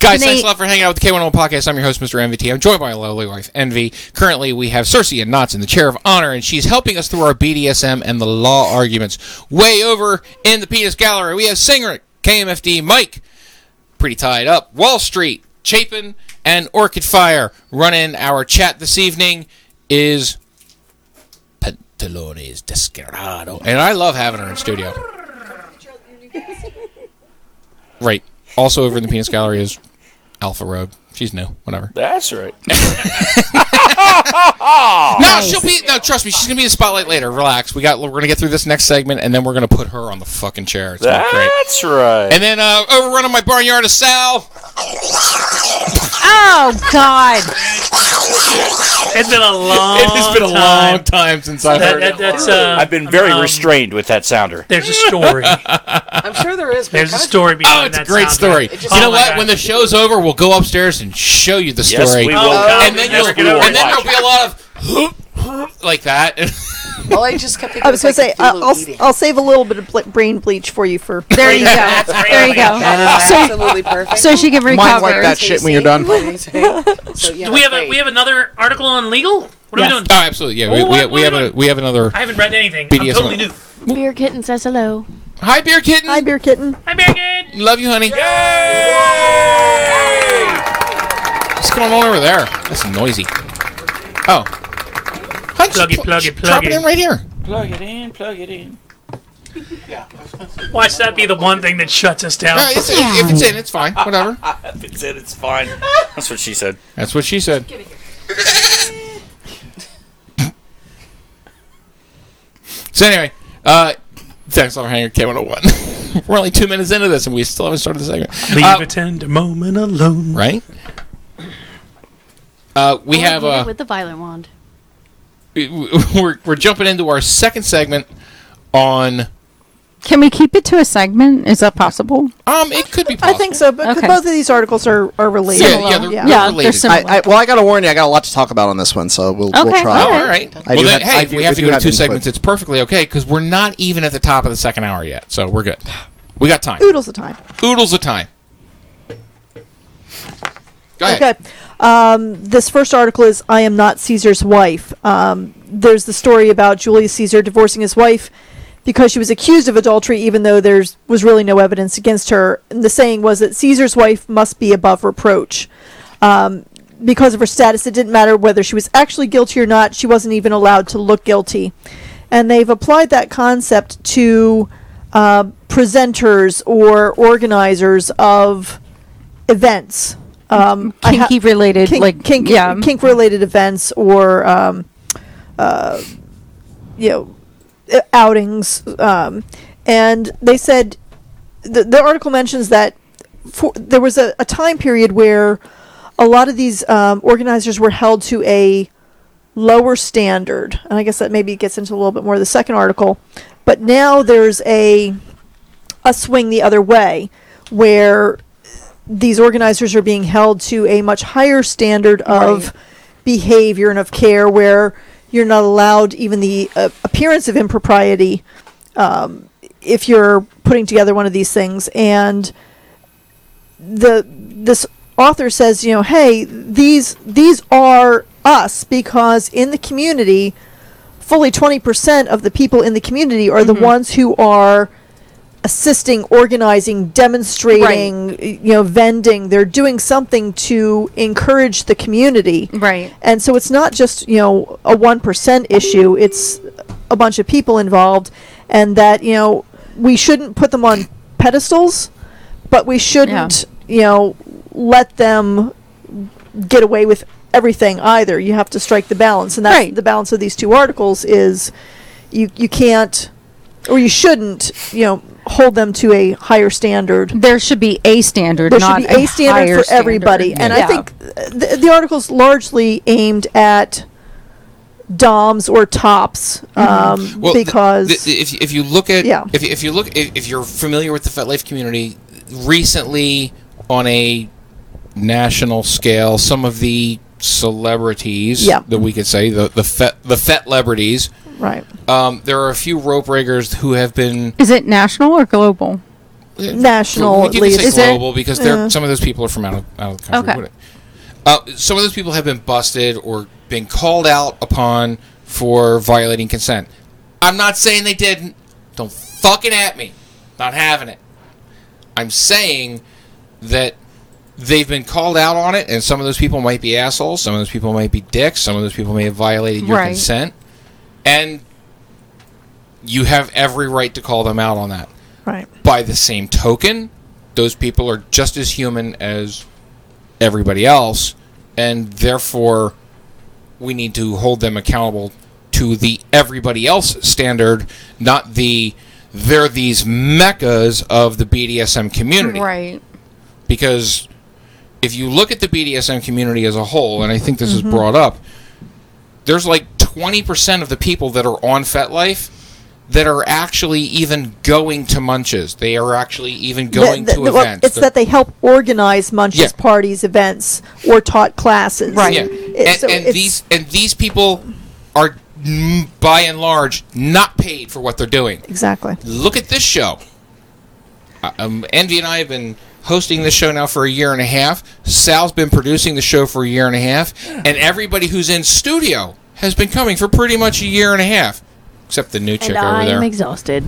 Speaker 1: Guys,
Speaker 7: Can
Speaker 1: thanks a
Speaker 7: they-
Speaker 1: lot for hanging out with the K101 podcast. I'm your host, Mr. MVT. I'm joined by my lovely wife, Envy. Currently, we have Cersei and Knotts in the chair of honor, and she's helping us through our BDSM and the law arguments. Way over in the penis gallery, we have Singer, KMFD, Mike, pretty tied up, Wall Street, Chapin, and Orchid Fire. Running our chat this evening is Pantalones Descarado. And I love having her in studio. Right. Also over in the penis gallery is Alpha Road. She's new. Whatever.
Speaker 8: That's right.
Speaker 1: no,
Speaker 7: Oh.
Speaker 1: No, she'll be. No, trust me. She's gonna be in the spotlight later. Relax. We got. We're gonna get through this next segment, and then we're gonna put her on the fucking chair. It's gonna be great.
Speaker 8: That's right.
Speaker 1: And then uh, overrun on my barnyard of Sal.
Speaker 7: Oh God!
Speaker 12: It's been a long.
Speaker 1: It has been a
Speaker 12: time.
Speaker 1: long time since I've
Speaker 12: That-
Speaker 1: heard
Speaker 12: that-
Speaker 1: it.
Speaker 12: that's, uh,
Speaker 8: I've been very restrained with that sounder.
Speaker 12: There's a story.
Speaker 15: I'm sure there is. but
Speaker 12: There's a
Speaker 15: kinda-
Speaker 12: story behind
Speaker 1: Oh, it's a
Speaker 12: that
Speaker 1: great
Speaker 12: sound.
Speaker 1: story.
Speaker 12: It
Speaker 1: You
Speaker 12: just-
Speaker 1: know
Speaker 12: Oh my
Speaker 1: what?
Speaker 12: God.
Speaker 1: When the show's over, we'll go upstairs and show you the
Speaker 8: Yes,
Speaker 1: story.
Speaker 8: we will, Cal.
Speaker 1: Oh, And then you'll,
Speaker 8: Yes, we will
Speaker 1: and then
Speaker 8: watch
Speaker 1: there'll be a lot of like that.
Speaker 15: Well, I just kept thinking
Speaker 10: I was going to say,
Speaker 15: like a
Speaker 10: I-
Speaker 15: Cthulhu
Speaker 10: I'll,
Speaker 15: meeting.
Speaker 10: I'll save a little bit of ble- brain bleach for you for.
Speaker 7: There you go. There you go.
Speaker 15: That is absolutely perfect.
Speaker 7: so she can recover.
Speaker 9: Mine's like that shit when you're done.
Speaker 15: So, yeah,
Speaker 12: Do we have a,
Speaker 15: great.
Speaker 12: we have another article on legal? What are we doing?
Speaker 1: Oh, absolutely. Yeah, we,
Speaker 12: Oh,
Speaker 1: we,
Speaker 12: what-
Speaker 1: we have a, we have another.
Speaker 12: I haven't read anything.
Speaker 1: BDSM.
Speaker 12: I'm totally new.
Speaker 13: Beer Kitten says hello.
Speaker 1: Hi, beer kitten.
Speaker 10: Hi, beer kitten.
Speaker 12: Hi, Megan.
Speaker 1: Love you, honey. What's going on over there? That's noisy. Oh. Punch,
Speaker 12: Plug it, plug it, plug
Speaker 1: drop it.
Speaker 12: it.
Speaker 1: in right here.
Speaker 8: Plug it in. Plug it in.
Speaker 12: Watch that be the one thing that shuts us down.
Speaker 1: No, it's, if it's in, it's fine. Whatever.
Speaker 8: If it's in, it's fine. That's what she said.
Speaker 1: That's what she said. so anyway, uh, thanks, Overhanger K101. We're only two minutes into this, and we still haven't started the segment.
Speaker 12: Leave
Speaker 1: Uh,
Speaker 12: a tender moment alone.
Speaker 1: right? Uh, we have
Speaker 13: Hit it
Speaker 1: uh,
Speaker 13: with the violent wand.
Speaker 1: we're we're jumping into our second segment on.
Speaker 7: Can we keep it to a segment? Is that possible?
Speaker 1: Um, it could be.
Speaker 10: I think so, but 'cause
Speaker 7: Okay.
Speaker 10: both of these articles are, are related.
Speaker 1: Yeah, yeah, they're- they're Yeah, related. they're
Speaker 9: I, I, well, I got to warn you, I got a lot to talk about on this one, so we'll, we'll
Speaker 1: Okay,
Speaker 9: try.
Speaker 1: all right.
Speaker 9: I
Speaker 1: well,
Speaker 9: do
Speaker 1: then,
Speaker 9: have-
Speaker 1: hey,
Speaker 9: I
Speaker 1: if
Speaker 9: do-
Speaker 1: we
Speaker 9: I
Speaker 1: have to
Speaker 9: do
Speaker 1: go to
Speaker 9: have
Speaker 1: two
Speaker 9: input.
Speaker 1: segments. It's perfectly okay because we're not even at the top of the second hour yet, so we're good. We got time.
Speaker 10: Oodles of time.
Speaker 1: Oodles of time. Go ahead.
Speaker 10: Okay. Um, this first article is I Am Not Caesar's Wife. Um, there's the story about Julius Caesar divorcing his wife because she was accused of adultery, even though there's was really no evidence against her. And the saying was that Caesar's wife must be above reproach. Um, because of her status, it didn't matter whether she was actually guilty or not. She wasn't even allowed to look guilty. And they've applied that concept to uh, presenters or organizers of events. Um, I ha-
Speaker 7: Kinky related,
Speaker 10: kink,
Speaker 7: like,
Speaker 10: kink,
Speaker 7: yeah.
Speaker 10: kink related events or um, uh, you know uh, outings, um, and they said the, the article mentions that for, there was a, a time period where a lot of these um, organizers were held to a lower standard, and I guess that maybe gets into a little bit more of the second article. But now there's a a swing the other way where these organizers are being held to a much higher standard of behavior and of care where you're not allowed even the uh, appearance of impropriety um, if you're putting together one of these things and the this author says you know hey these these are us because in the community fully 20% of the people in the community are the ones who are assisting organizing demonstrating you know vending they're doing something to encourage the community
Speaker 7: right
Speaker 10: and so it's not just you know a 1% issue it's a bunch of people involved and that you know we shouldn't put them on pedestals but we shouldn't you know let them get away with everything either you have to strike the balance and that's the balance of these two articles is you you can't or you shouldn't you know hold them to a higher standard
Speaker 7: there should be a standard.
Speaker 10: there
Speaker 7: not
Speaker 10: should be a
Speaker 7: higher
Speaker 10: standard for everybody
Speaker 7: standard.
Speaker 10: and
Speaker 7: Yeah.
Speaker 10: i think the, the article's largely aimed at doms or tops um,
Speaker 1: Well, th-
Speaker 10: because
Speaker 1: th- th- if, if you look at
Speaker 10: Yeah.
Speaker 1: if, if you look if, if you're familiar with the FetLife community, recently on a national scale, some of the celebrities
Speaker 10: Yeah.
Speaker 1: that we could say the the fet the fet celebrities.
Speaker 10: right
Speaker 1: Um, there are a few rope riggers who have been
Speaker 7: Is it national or global?
Speaker 10: National,
Speaker 1: We
Speaker 10: at
Speaker 1: can say
Speaker 10: least. Is it?
Speaker 1: global because they're,
Speaker 10: Yeah.
Speaker 1: some of those people are from out of, out of the country.
Speaker 7: Okay.
Speaker 1: wouldn't it? Uh, some of those people have been busted or been called out upon for violating consent. I'm not saying they didn't. Don't fucking at me. Not having it. I'm saying that they've been called out on it, and some of those people might be assholes. Some of those people might be dicks. Some of those people may have violated your
Speaker 7: Right.
Speaker 1: consent, and you have every right to call them out on that.
Speaker 10: Right.
Speaker 1: By the same token, those people are just as human as everybody else, and therefore we need to hold them accountable to the everybody else standard, not the they're these meccas of the BDSM community.
Speaker 7: Right.
Speaker 1: Because if you look at the BDSM community as a whole, and I think this
Speaker 7: Mhm.
Speaker 1: is brought up, there's like 20% of the people that are on FetLife that are actually even going to munches. They are actually even going
Speaker 10: The- the-
Speaker 1: to
Speaker 10: the- well,
Speaker 1: events.
Speaker 10: It's that they help organize munches,
Speaker 1: Yeah.
Speaker 10: parties, events, or taught classes.
Speaker 1: Yeah.
Speaker 10: It-
Speaker 1: And,
Speaker 10: so
Speaker 1: and
Speaker 10: it's-
Speaker 1: these and these people are mm, by and large not paid for what they're doing.
Speaker 10: Exactly.
Speaker 1: Look at this show. Uh, Um, Envy and I have been hosting this show now for a year and a half. Sal's been producing the show for a year and a half, and everybody who's in studio has been coming for pretty much a year and a half, except the new chick
Speaker 13: And
Speaker 1: over
Speaker 13: I'm
Speaker 1: there.
Speaker 13: exhausted.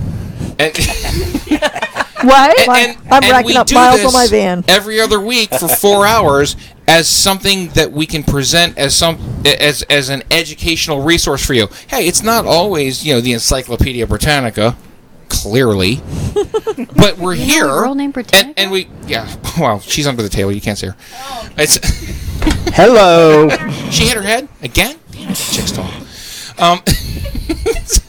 Speaker 1: And-
Speaker 10: What? I'm
Speaker 1: and we
Speaker 10: racking up
Speaker 1: do
Speaker 10: miles on
Speaker 1: this
Speaker 10: my van.
Speaker 1: every other week for four hours as something that we can present as some as as an educational resource for you. Hey, it's not always you know the Encyclopedia Britannica, clearly, but we're here.
Speaker 13: girl named
Speaker 1: and, and we yeah. Well, she's under the table. You can't see her. It's
Speaker 9: Hello.
Speaker 1: she hit her head again. Damn it, chick's tall. Um, it-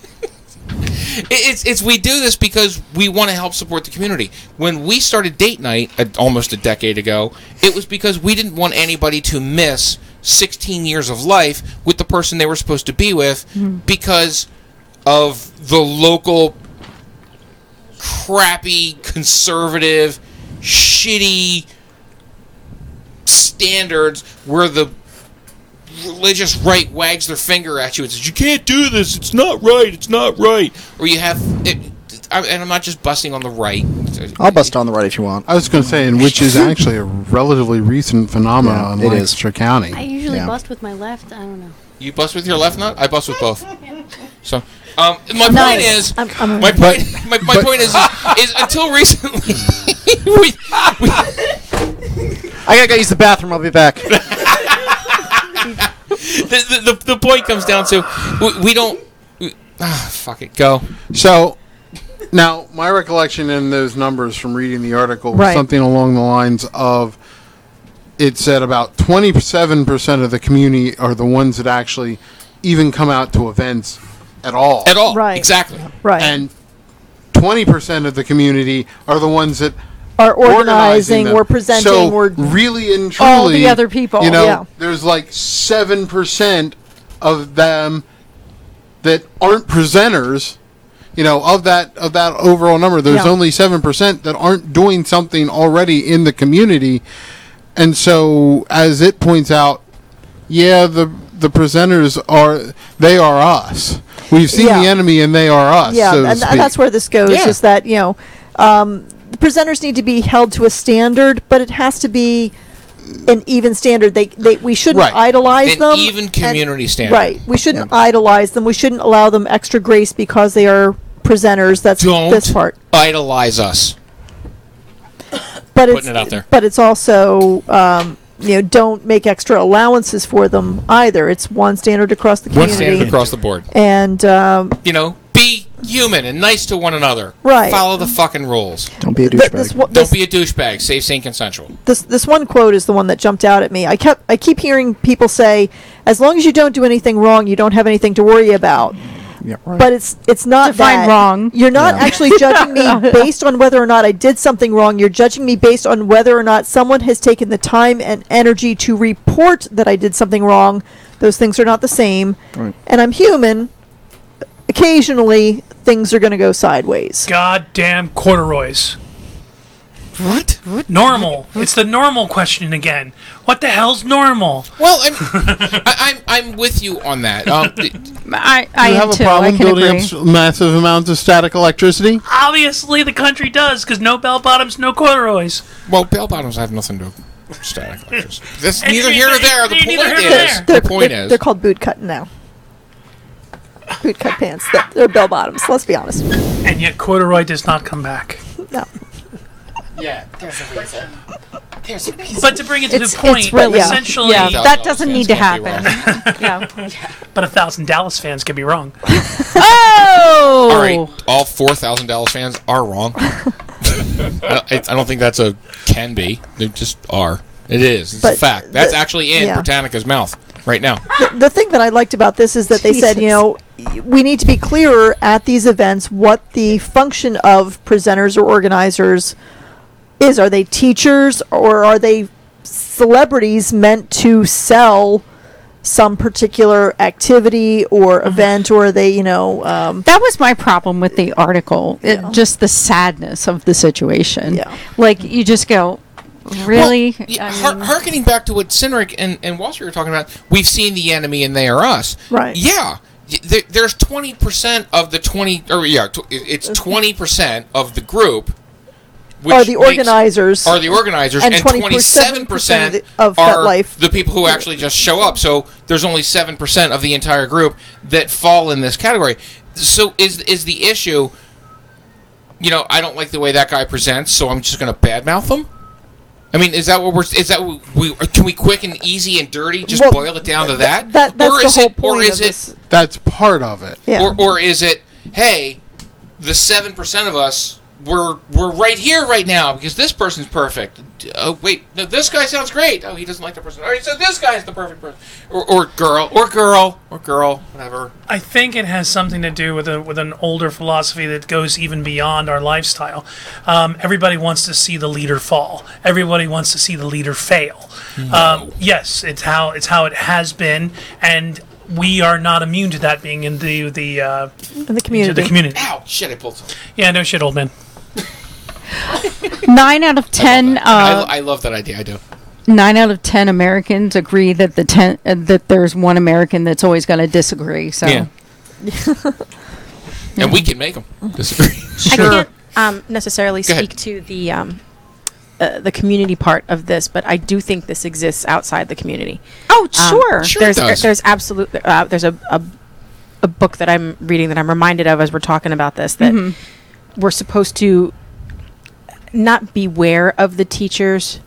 Speaker 1: it's it's we do this because we want to help support the community. When we started date night uh, almost a decade ago, it was because we didn't want anybody to miss 16 years of life with the person they were supposed to be with
Speaker 4: Mhm.
Speaker 1: because of the local crappy conservative shitty standards where the religious right wags their finger at you and says you can't do this it's not right it's not right or you have it, I, and i'm not just busting on the right
Speaker 9: I'll bust on the right if you want.
Speaker 11: I was going to say, and which is actually a relatively recent phenomenon
Speaker 9: Yeah, it
Speaker 11: in
Speaker 9: is.
Speaker 11: Lancaster County.
Speaker 13: I usually bust with my left. I don't know.
Speaker 1: you bust with your left nut i bust with both so um, my point
Speaker 13: Nice.
Speaker 1: is
Speaker 13: I'm- I'm-
Speaker 1: my
Speaker 13: But-
Speaker 1: point my, my
Speaker 13: but-
Speaker 1: point is, is until recently we, we,
Speaker 9: I gotta go use the bathroom. I'll be back.
Speaker 1: the, the, the, the point comes down to we, we don't we, ah, fuck it go
Speaker 11: So now, my recollection in those numbers from reading the article was
Speaker 1: Right.
Speaker 11: something along the lines of it said about 27% of the community are the ones that actually even come out to events at all.
Speaker 1: At all. Right. Exactly.
Speaker 10: Right.
Speaker 11: And 20% of the community are the ones that
Speaker 10: Are organizing,
Speaker 11: them.
Speaker 10: or presenting,
Speaker 11: So
Speaker 10: or
Speaker 11: really and truly
Speaker 10: all the other people,
Speaker 11: You know,
Speaker 10: yeah.
Speaker 11: there's like 7% of them that aren't presenters you know of that of that overall number there's
Speaker 10: Yeah.
Speaker 11: only 7% that aren't doing something already in the community and so as it points out yeah the the presenters are they are us we've seen the
Speaker 10: Yeah.
Speaker 11: enemy and they are us
Speaker 10: yeah,
Speaker 11: Uh, so to
Speaker 10: and, and
Speaker 11: speak.
Speaker 10: that's where this goes.
Speaker 11: Yeah.
Speaker 10: Is that you know, um, the presenters need to be held to a standard, but it has to be an even standard. They, they we shouldn't
Speaker 1: Right.
Speaker 10: idolize
Speaker 1: An
Speaker 10: them.
Speaker 1: even
Speaker 10: and-
Speaker 1: community standard.
Speaker 10: Right. We shouldn't idolize them. We shouldn't allow them extra grace because they are presenters. That's
Speaker 1: don't
Speaker 10: this part.
Speaker 1: idolize us
Speaker 10: But
Speaker 1: putting
Speaker 10: it's
Speaker 1: it out there.
Speaker 10: but it's also. Um, you know, don't make extra allowances for them either. It's one standard across the
Speaker 1: one
Speaker 10: community,
Speaker 1: standard across the board
Speaker 10: and um,
Speaker 1: you know be human and nice to one another
Speaker 10: Right.
Speaker 1: follow the fucking rules
Speaker 9: Don't be a
Speaker 10: Th- this douchebag. wa-
Speaker 1: don't be a douchebag safe sane consensual
Speaker 10: this this one quote is the one that jumped out at me. I kept I keep hearing people say, "As long as you don't do anything wrong, you don't have anything to worry about."
Speaker 9: Yeah,
Speaker 10: But it's it's not
Speaker 7: Define
Speaker 10: that.
Speaker 7: wrong.
Speaker 10: You're not
Speaker 7: Yeah.
Speaker 10: actually judging me based on whether or not I did something wrong. You're judging me based on whether or not someone has taken the time and energy to report that I did something wrong. Those things are not the same.
Speaker 9: Right.
Speaker 10: And I'm human. Occasionally, things are going to go sideways.
Speaker 12: Goddamn corduroys.
Speaker 1: What?
Speaker 12: Normal. It's the normal question again. What the hell's normal?
Speaker 1: Well, I, I'm I'm with you on that. Um,
Speaker 7: I,
Speaker 11: you have a problem building up s- massive amounts of static electricity
Speaker 12: Obviously, the country does because no bell bottoms, no corduroys.
Speaker 1: Well, bell bottoms have nothing to static electricity. That's neither here nor there. The
Speaker 12: Neither
Speaker 1: point
Speaker 12: here nor
Speaker 1: is, the point
Speaker 10: they're,
Speaker 1: is,
Speaker 10: they're called boot cut now. Boot cut pants. They're, they're bell bottoms. Let's be honest.
Speaker 12: And yet, corduroy does not come back.
Speaker 10: No.
Speaker 4: Yeah, there's a reason. There's a reason.
Speaker 12: But to bring it to
Speaker 7: It's-
Speaker 12: the point,
Speaker 7: it's really- yeah.
Speaker 12: essentially,
Speaker 7: Yeah, that doesn't need to happen.
Speaker 12: But a thousand Dallas fans could be wrong.
Speaker 7: Oh!
Speaker 1: all right, all four thousand Dallas fans are wrong. I, don't- I don't think that's a can be. They just are. It is. It's a
Speaker 10: But
Speaker 1: fact. That's
Speaker 10: the-
Speaker 1: actually in
Speaker 10: yeah.
Speaker 1: Britannica's mouth. right now.
Speaker 10: the, the thing that I liked about this is that they said, you
Speaker 1: Jesus.
Speaker 10: know, y- we need to be clearer at these events what the function of presenters or organizers is. Are they teachers or are they celebrities meant to sell some particular activity or
Speaker 12: Mm-hmm.
Speaker 10: event, or are they, you know, um,
Speaker 7: That was my problem with the article. It, Just the sadness of the situation. Like you just go, really?
Speaker 1: Well, yeah, har- harkening back to what Cynric and, and Walter were talking about, we've seen the enemy and they are us.
Speaker 10: Right.
Speaker 1: Yeah. Y- there- There's 20% of the 20, or yeah, tw- it- it's 20% of the group. which
Speaker 10: Are the
Speaker 1: makes-
Speaker 10: organizers.
Speaker 1: Are the organizers.
Speaker 10: And
Speaker 1: And
Speaker 10: 27%
Speaker 1: 27%
Speaker 10: of the- of
Speaker 1: are
Speaker 10: FetLife.
Speaker 1: the people who actually just show up. So there's only 7% of the entire group that fall in this category. So is is the issue, you know, I don't like the way that guy presents, so I'm just going to badmouth him? I mean, is that what we're? Is that what we? Can we quick and easy and dirty just
Speaker 11: Well,
Speaker 1: boil it down to that?
Speaker 11: that- that's
Speaker 1: or
Speaker 11: the
Speaker 1: is
Speaker 11: whole
Speaker 1: it, Or
Speaker 11: point
Speaker 1: is
Speaker 11: of
Speaker 1: it?
Speaker 11: That's part of it.
Speaker 1: Or, or is it? Hey, the seven percent of us we're we're right here right now because this person's perfect. D- Oh wait, no, this guy sounds great. Oh, he doesn't like the person. All right, so this guy's the perfect person, or, or girl, or girl, or girl, whatever.
Speaker 12: I think it has something to do with a, with an older philosophy that goes even beyond our lifestyle. Um, everybody wants to see the leader fall. Everybody wants to see the leader fail.
Speaker 1: Mm-hmm.
Speaker 12: Um, yes, it's how it's how it has been, and we are not immune to that being in the the uh,
Speaker 10: in the
Speaker 12: The community.
Speaker 1: Ow, shit! I pulled something.
Speaker 12: Yeah, no shit, old man.
Speaker 7: Nine out of ten.
Speaker 1: I,
Speaker 7: Uh,
Speaker 1: lo- I love that idea. I do.
Speaker 7: nine out of ten Americans agree that the ten uh, that there's one American that's always going to disagree. So
Speaker 1: Yeah. And we can make them disagree.
Speaker 17: I can't um, necessarily
Speaker 1: Go ahead.
Speaker 17: speak to the um, uh, the community part of this, but I do think this exists outside the community. Um,
Speaker 7: Oh, sure. Sure
Speaker 17: there's
Speaker 7: it does.
Speaker 17: there's absolute uh, there's a, a a book that I'm reading that I'm reminded of as we're talking about this that
Speaker 7: Mhm.
Speaker 17: we're supposed to not beware of the teachers,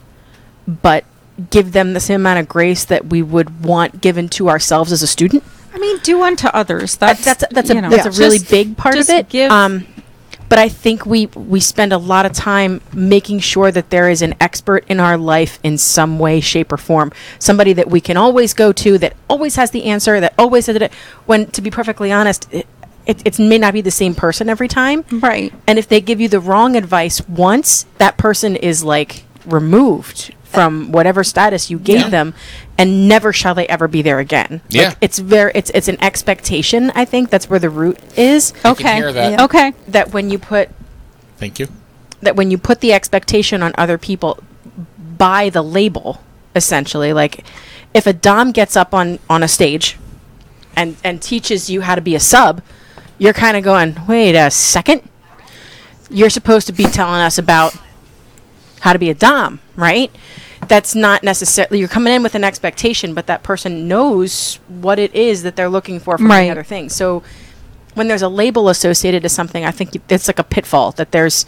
Speaker 17: but give them the same amount of grace that we would want given to ourselves as a student.
Speaker 7: I mean, do unto others. That's
Speaker 17: That's that's a, that's a,
Speaker 7: you know,
Speaker 17: that's a really
Speaker 7: just-
Speaker 17: big part
Speaker 7: just
Speaker 17: of it.
Speaker 7: Give
Speaker 17: Um, but I think we we spend a lot of time making sure that there is an expert in our life in some way, shape, or form. Somebody that we can always go to, that always has the answer, that always has it. When, to be perfectly honest, it, it, it may not be the same person every time.
Speaker 7: Right.
Speaker 17: And if they give you the wrong advice once, that person is like removed from whatever status you gave
Speaker 7: Yeah.
Speaker 17: them, and never shall they ever be there again.
Speaker 7: Yeah.
Speaker 17: Like, it's very it's it's an expectation, I think. That's where the root
Speaker 7: Oh,
Speaker 17: is.
Speaker 1: I can Okay. hear that. Yeah.
Speaker 7: Okay.
Speaker 17: That when you put
Speaker 1: Thank you.
Speaker 17: that when you put the expectation on other people by the label, essentially, like if a Dom gets up on, on a stage and and teaches you how to be a sub, you're kinda going, Wait a second. You're supposed to be telling us about how to be a dom, right? That's not necessarily you're coming in with an expectation, but that person knows what it is that they're looking for from
Speaker 7: Right.
Speaker 17: the other thing. So when there's a label associated to something, I think you- it's like a pitfall that there's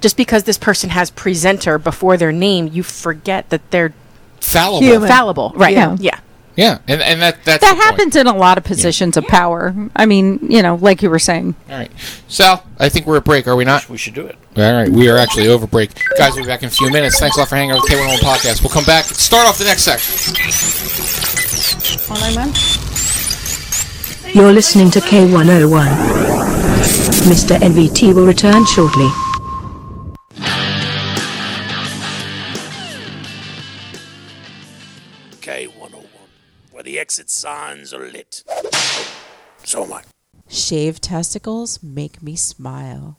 Speaker 17: just because this person has presenter before their name, you forget that they're
Speaker 1: Fallible.
Speaker 17: fallible, right?
Speaker 7: Yeah.
Speaker 17: Yeah.
Speaker 1: Yeah, and and that that's the
Speaker 7: that
Speaker 1: point.
Speaker 7: happens in a lot of positions of power. I mean, you know, like you were saying.
Speaker 1: All right. Sal, I think we're at break, are we not? We should do it. All right, we are actually over break. Guys, we'll be back in a few minutes. Thanks a lot for hanging out with K101 Podcast. We'll come back, start off the next section.
Speaker 16: You're listening to K101. Mr. NVT will return shortly.
Speaker 14: K101, where the exit signs are lit. So am I.
Speaker 5: Shaved testicles make me smile.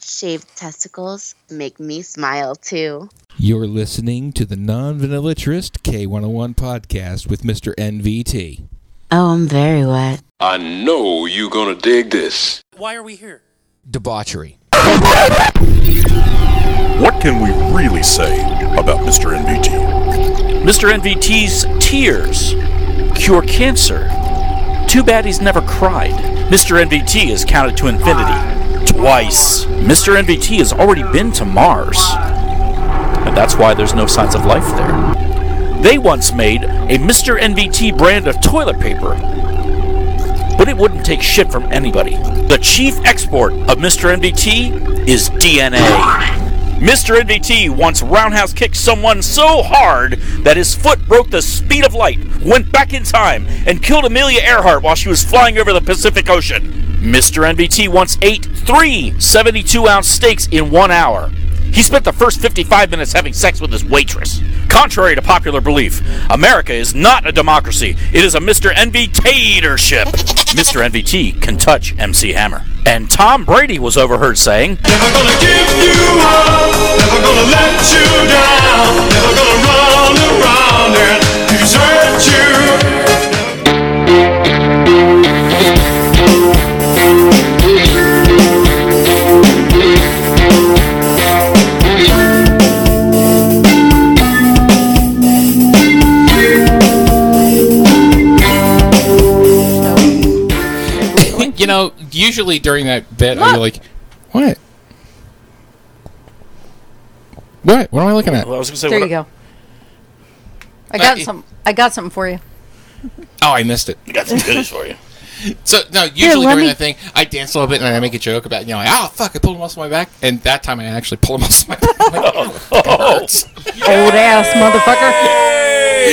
Speaker 18: Shaved testicles make me smile too.
Speaker 1: You're listening to the non vanillatrist K101 Podcast with Mr. NVT.
Speaker 2: Oh, I'm very wet.
Speaker 19: I know Oh, you gonna dig this.
Speaker 12: Why are we here?
Speaker 1: Debauchery.
Speaker 20: What can we really say about Mr. NBT?
Speaker 8: Mr. NVT's tears cure cancer. Too bad he's never cried. Mr. NVT is counted to infinity twice. Mr. NVT has already been to Mars. And that's why there's no signs of life there. They once made a Mr. NVT brand of toilet paper, but it wouldn't take shit from anybody. The chief export of Mr. NVT is DNA. Mr. NVT once roundhouse kicked someone so hard that his foot broke the speed of light, went back in time, and killed Amelia Earhart while she was flying over the Pacific Ocean. Mr. NVT once ate three 72 ounce steaks in one hour. He spent the first 55 minutes having sex with his waitress. Contrary to popular belief, America is not a democracy. It is a Mr. NVTatorship. Mr. NVT can touch MC Hammer. And Tom Brady was overheard saying,
Speaker 21: Never gonna give you up, never gonna let you down, never gonna run around and desert you.
Speaker 1: you know, usually during that bit, I'd be like, "What? What? What am I looking at?"
Speaker 8: Well, I was gonna say,
Speaker 7: there you go. I got some. I got something for you.
Speaker 1: Oh, I missed it.
Speaker 8: Got some goodies for you.
Speaker 1: So no, usually
Speaker 7: let
Speaker 1: during
Speaker 7: me-
Speaker 1: that thing, I dance a little bit and I make a joke about you know, like, "Oh fuck, I pulled a muscle in my back," and that time I actually pulled a muscle in my back. Oh.
Speaker 7: Old ass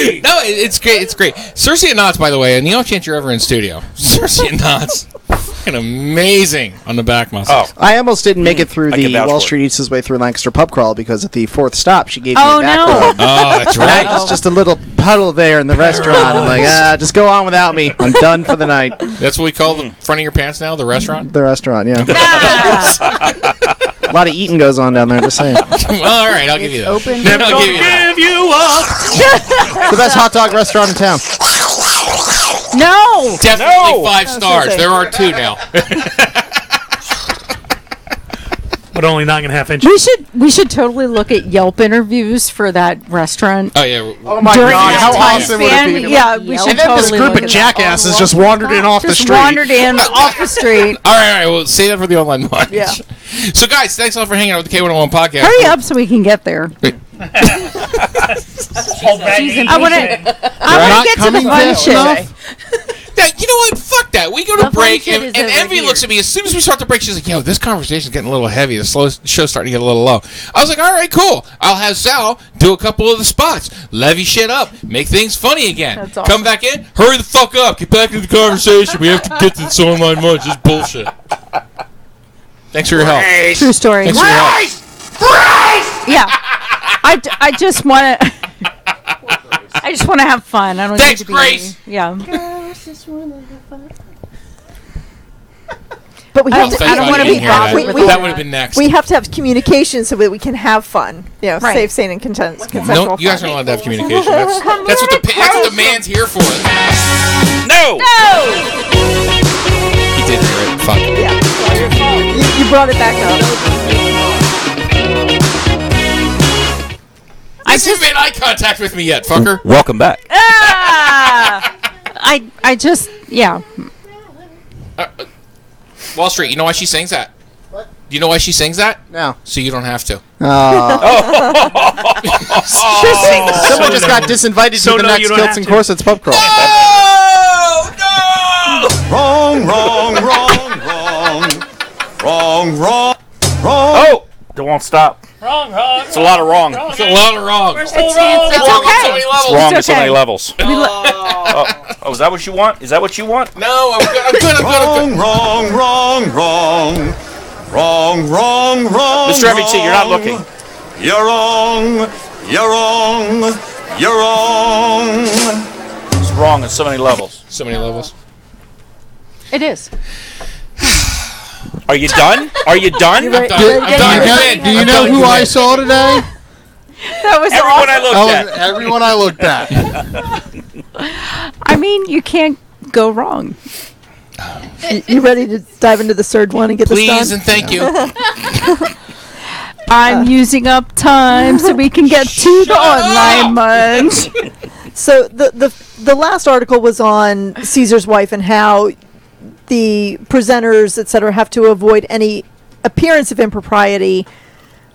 Speaker 7: motherfucker.
Speaker 1: no, it, it's great. It's great. Cersei and Knots, by the way, and the off chance you're ever in studio, Cersei and Knots, fucking amazing on the back
Speaker 8: Oh.
Speaker 1: muscles.
Speaker 9: I almost didn't make it through
Speaker 1: Oh. I can
Speaker 9: the
Speaker 1: vouch
Speaker 9: Wall
Speaker 1: for it.
Speaker 9: Street Eats His Way Through Lancaster pub crawl because at the fourth stop she gave
Speaker 7: Oh,
Speaker 9: me a back
Speaker 7: no.
Speaker 9: rub.
Speaker 1: Oh, that's
Speaker 9: And I
Speaker 1: right.
Speaker 9: was just a little puddle there in the restaurant. I'm like, ah, just go on without me. I'm done for the night.
Speaker 1: That's what we call the front of your pants now, the restaurant.
Speaker 9: The restaurant, yeah. a lot of eating goes on down there. Just saying.
Speaker 1: well, all right, I'll give you that.
Speaker 7: Open.
Speaker 1: Never I'll give you that.
Speaker 8: you
Speaker 9: the best hot dog restaurant in town.
Speaker 7: No.
Speaker 1: Definitely five
Speaker 7: No,
Speaker 1: stars.
Speaker 7: Cersei.
Speaker 1: There are two now.
Speaker 12: but only nine and a half inches.
Speaker 7: We should we should totally look at Yelp interviews for that restaurant.
Speaker 1: Oh yeah.
Speaker 12: Oh
Speaker 9: my
Speaker 7: During
Speaker 9: God,
Speaker 7: that
Speaker 9: how
Speaker 7: time
Speaker 9: awesome would it
Speaker 7: span.
Speaker 9: be to-
Speaker 7: Yeah, we should
Speaker 9: And then this
Speaker 7: totally
Speaker 9: group
Speaker 7: look
Speaker 9: of
Speaker 7: at
Speaker 9: jackasses
Speaker 7: that. Oh,
Speaker 9: just wandered in off the
Speaker 7: Just
Speaker 9: street.
Speaker 7: wandered in
Speaker 1: Uh,
Speaker 7: off the street.
Speaker 1: All right, all right. We'll save that for the online one.
Speaker 7: Yeah.
Speaker 1: So, guys, thanks a lot for hanging out with the K101 podcast.
Speaker 7: Hurry up so we can get there. I want to. I
Speaker 1: Not
Speaker 7: want to get to the
Speaker 1: coming
Speaker 7: fun
Speaker 1: fast
Speaker 7: shit.
Speaker 1: enough? Yeah, you know what? Fuck that. We go to break, and, and Envy looks at me. As soon as we start the break, she's like, yo, this conversation's getting a little heavy. The slow show's starting to get a little low. I was like, all right, cool. I'll have Sal do a couple of the spots, levy shit up, make things funny again.
Speaker 7: That's
Speaker 1: Come
Speaker 7: awesome.
Speaker 1: back in, hurry the fuck up, get back to the conversation. We have to get to this online lunch. It's bullshit. Thanks for your help.
Speaker 7: True story.
Speaker 1: Thanks for your help.
Speaker 7: Yeah. I, d- I just want to. I just want to have fun. I don't
Speaker 1: Thanks,
Speaker 7: need to be.
Speaker 1: Grace.
Speaker 7: Yeah.
Speaker 10: But we
Speaker 7: I
Speaker 10: have
Speaker 7: don't
Speaker 10: to.
Speaker 7: think I don't I wanna can be hear bothered that. with all
Speaker 1: That would've been next.
Speaker 10: We have to have communication so that we can have fun. You know,
Speaker 1: Right.
Speaker 10: safe, sane, and content, consensual.
Speaker 1: No, you guys aren't allowed to have communication. That's, that's what the pa- that's what the man's here for.
Speaker 8: No.
Speaker 7: No.
Speaker 1: He did hear it. Fuck.
Speaker 10: You, you brought it back up.
Speaker 1: I just made eye contact with me yet, fucker.
Speaker 8: Welcome back.
Speaker 7: Ah! I I just yeah.
Speaker 1: Uh, Wall Street. You know why she sings that? What? You know why she sings that?
Speaker 9: No.
Speaker 1: So you don't have to.
Speaker 9: Oh.
Speaker 1: Oh.
Speaker 9: Someone just got disinvited
Speaker 1: So
Speaker 9: to the
Speaker 1: no, you
Speaker 9: next
Speaker 1: don't
Speaker 9: Kilts
Speaker 1: have
Speaker 9: and
Speaker 1: to.
Speaker 9: Corsets pub crawl.
Speaker 20: Wrong, wrong, wrong, wrong, wrong, wrong, wrong.
Speaker 8: Oh, it won't stop.
Speaker 12: Wrong, wrong.
Speaker 8: It's a lot of wrong.
Speaker 1: It's a lot of wrong.
Speaker 12: We're still wrong.
Speaker 7: It's okay.
Speaker 8: It's wrong
Speaker 7: It's
Speaker 8: to so many
Speaker 7: okay.
Speaker 8: levels. oh. oh, is that what you want? Is that what you want?
Speaker 1: No, I'm good. I'm good. I'm good.
Speaker 20: Wrong, wrong, wrong, wrong, wrong, wrong, wrong.
Speaker 8: Mr. MVT, you're not looking.
Speaker 20: You're wrong. You're wrong. You're wrong.
Speaker 8: It's wrong on so many levels.
Speaker 1: So many levels.
Speaker 7: It is.
Speaker 8: Are you done? Are you done?
Speaker 1: I'm done. I'm done.
Speaker 11: Do you, know who I saw today?
Speaker 7: That was
Speaker 8: Everyone
Speaker 7: awesome.
Speaker 8: I looked
Speaker 11: Oh,
Speaker 8: at.
Speaker 11: everyone I looked at.
Speaker 7: I mean, you can't go wrong.
Speaker 10: You, you ready to dive into the third one and get this
Speaker 1: Please
Speaker 10: done?
Speaker 1: and thank you.
Speaker 7: I'm using up time so we can get to the online munch.
Speaker 10: So the the the last article was on Caesar's wife and how the presenters, etc., have to avoid any appearance of impropriety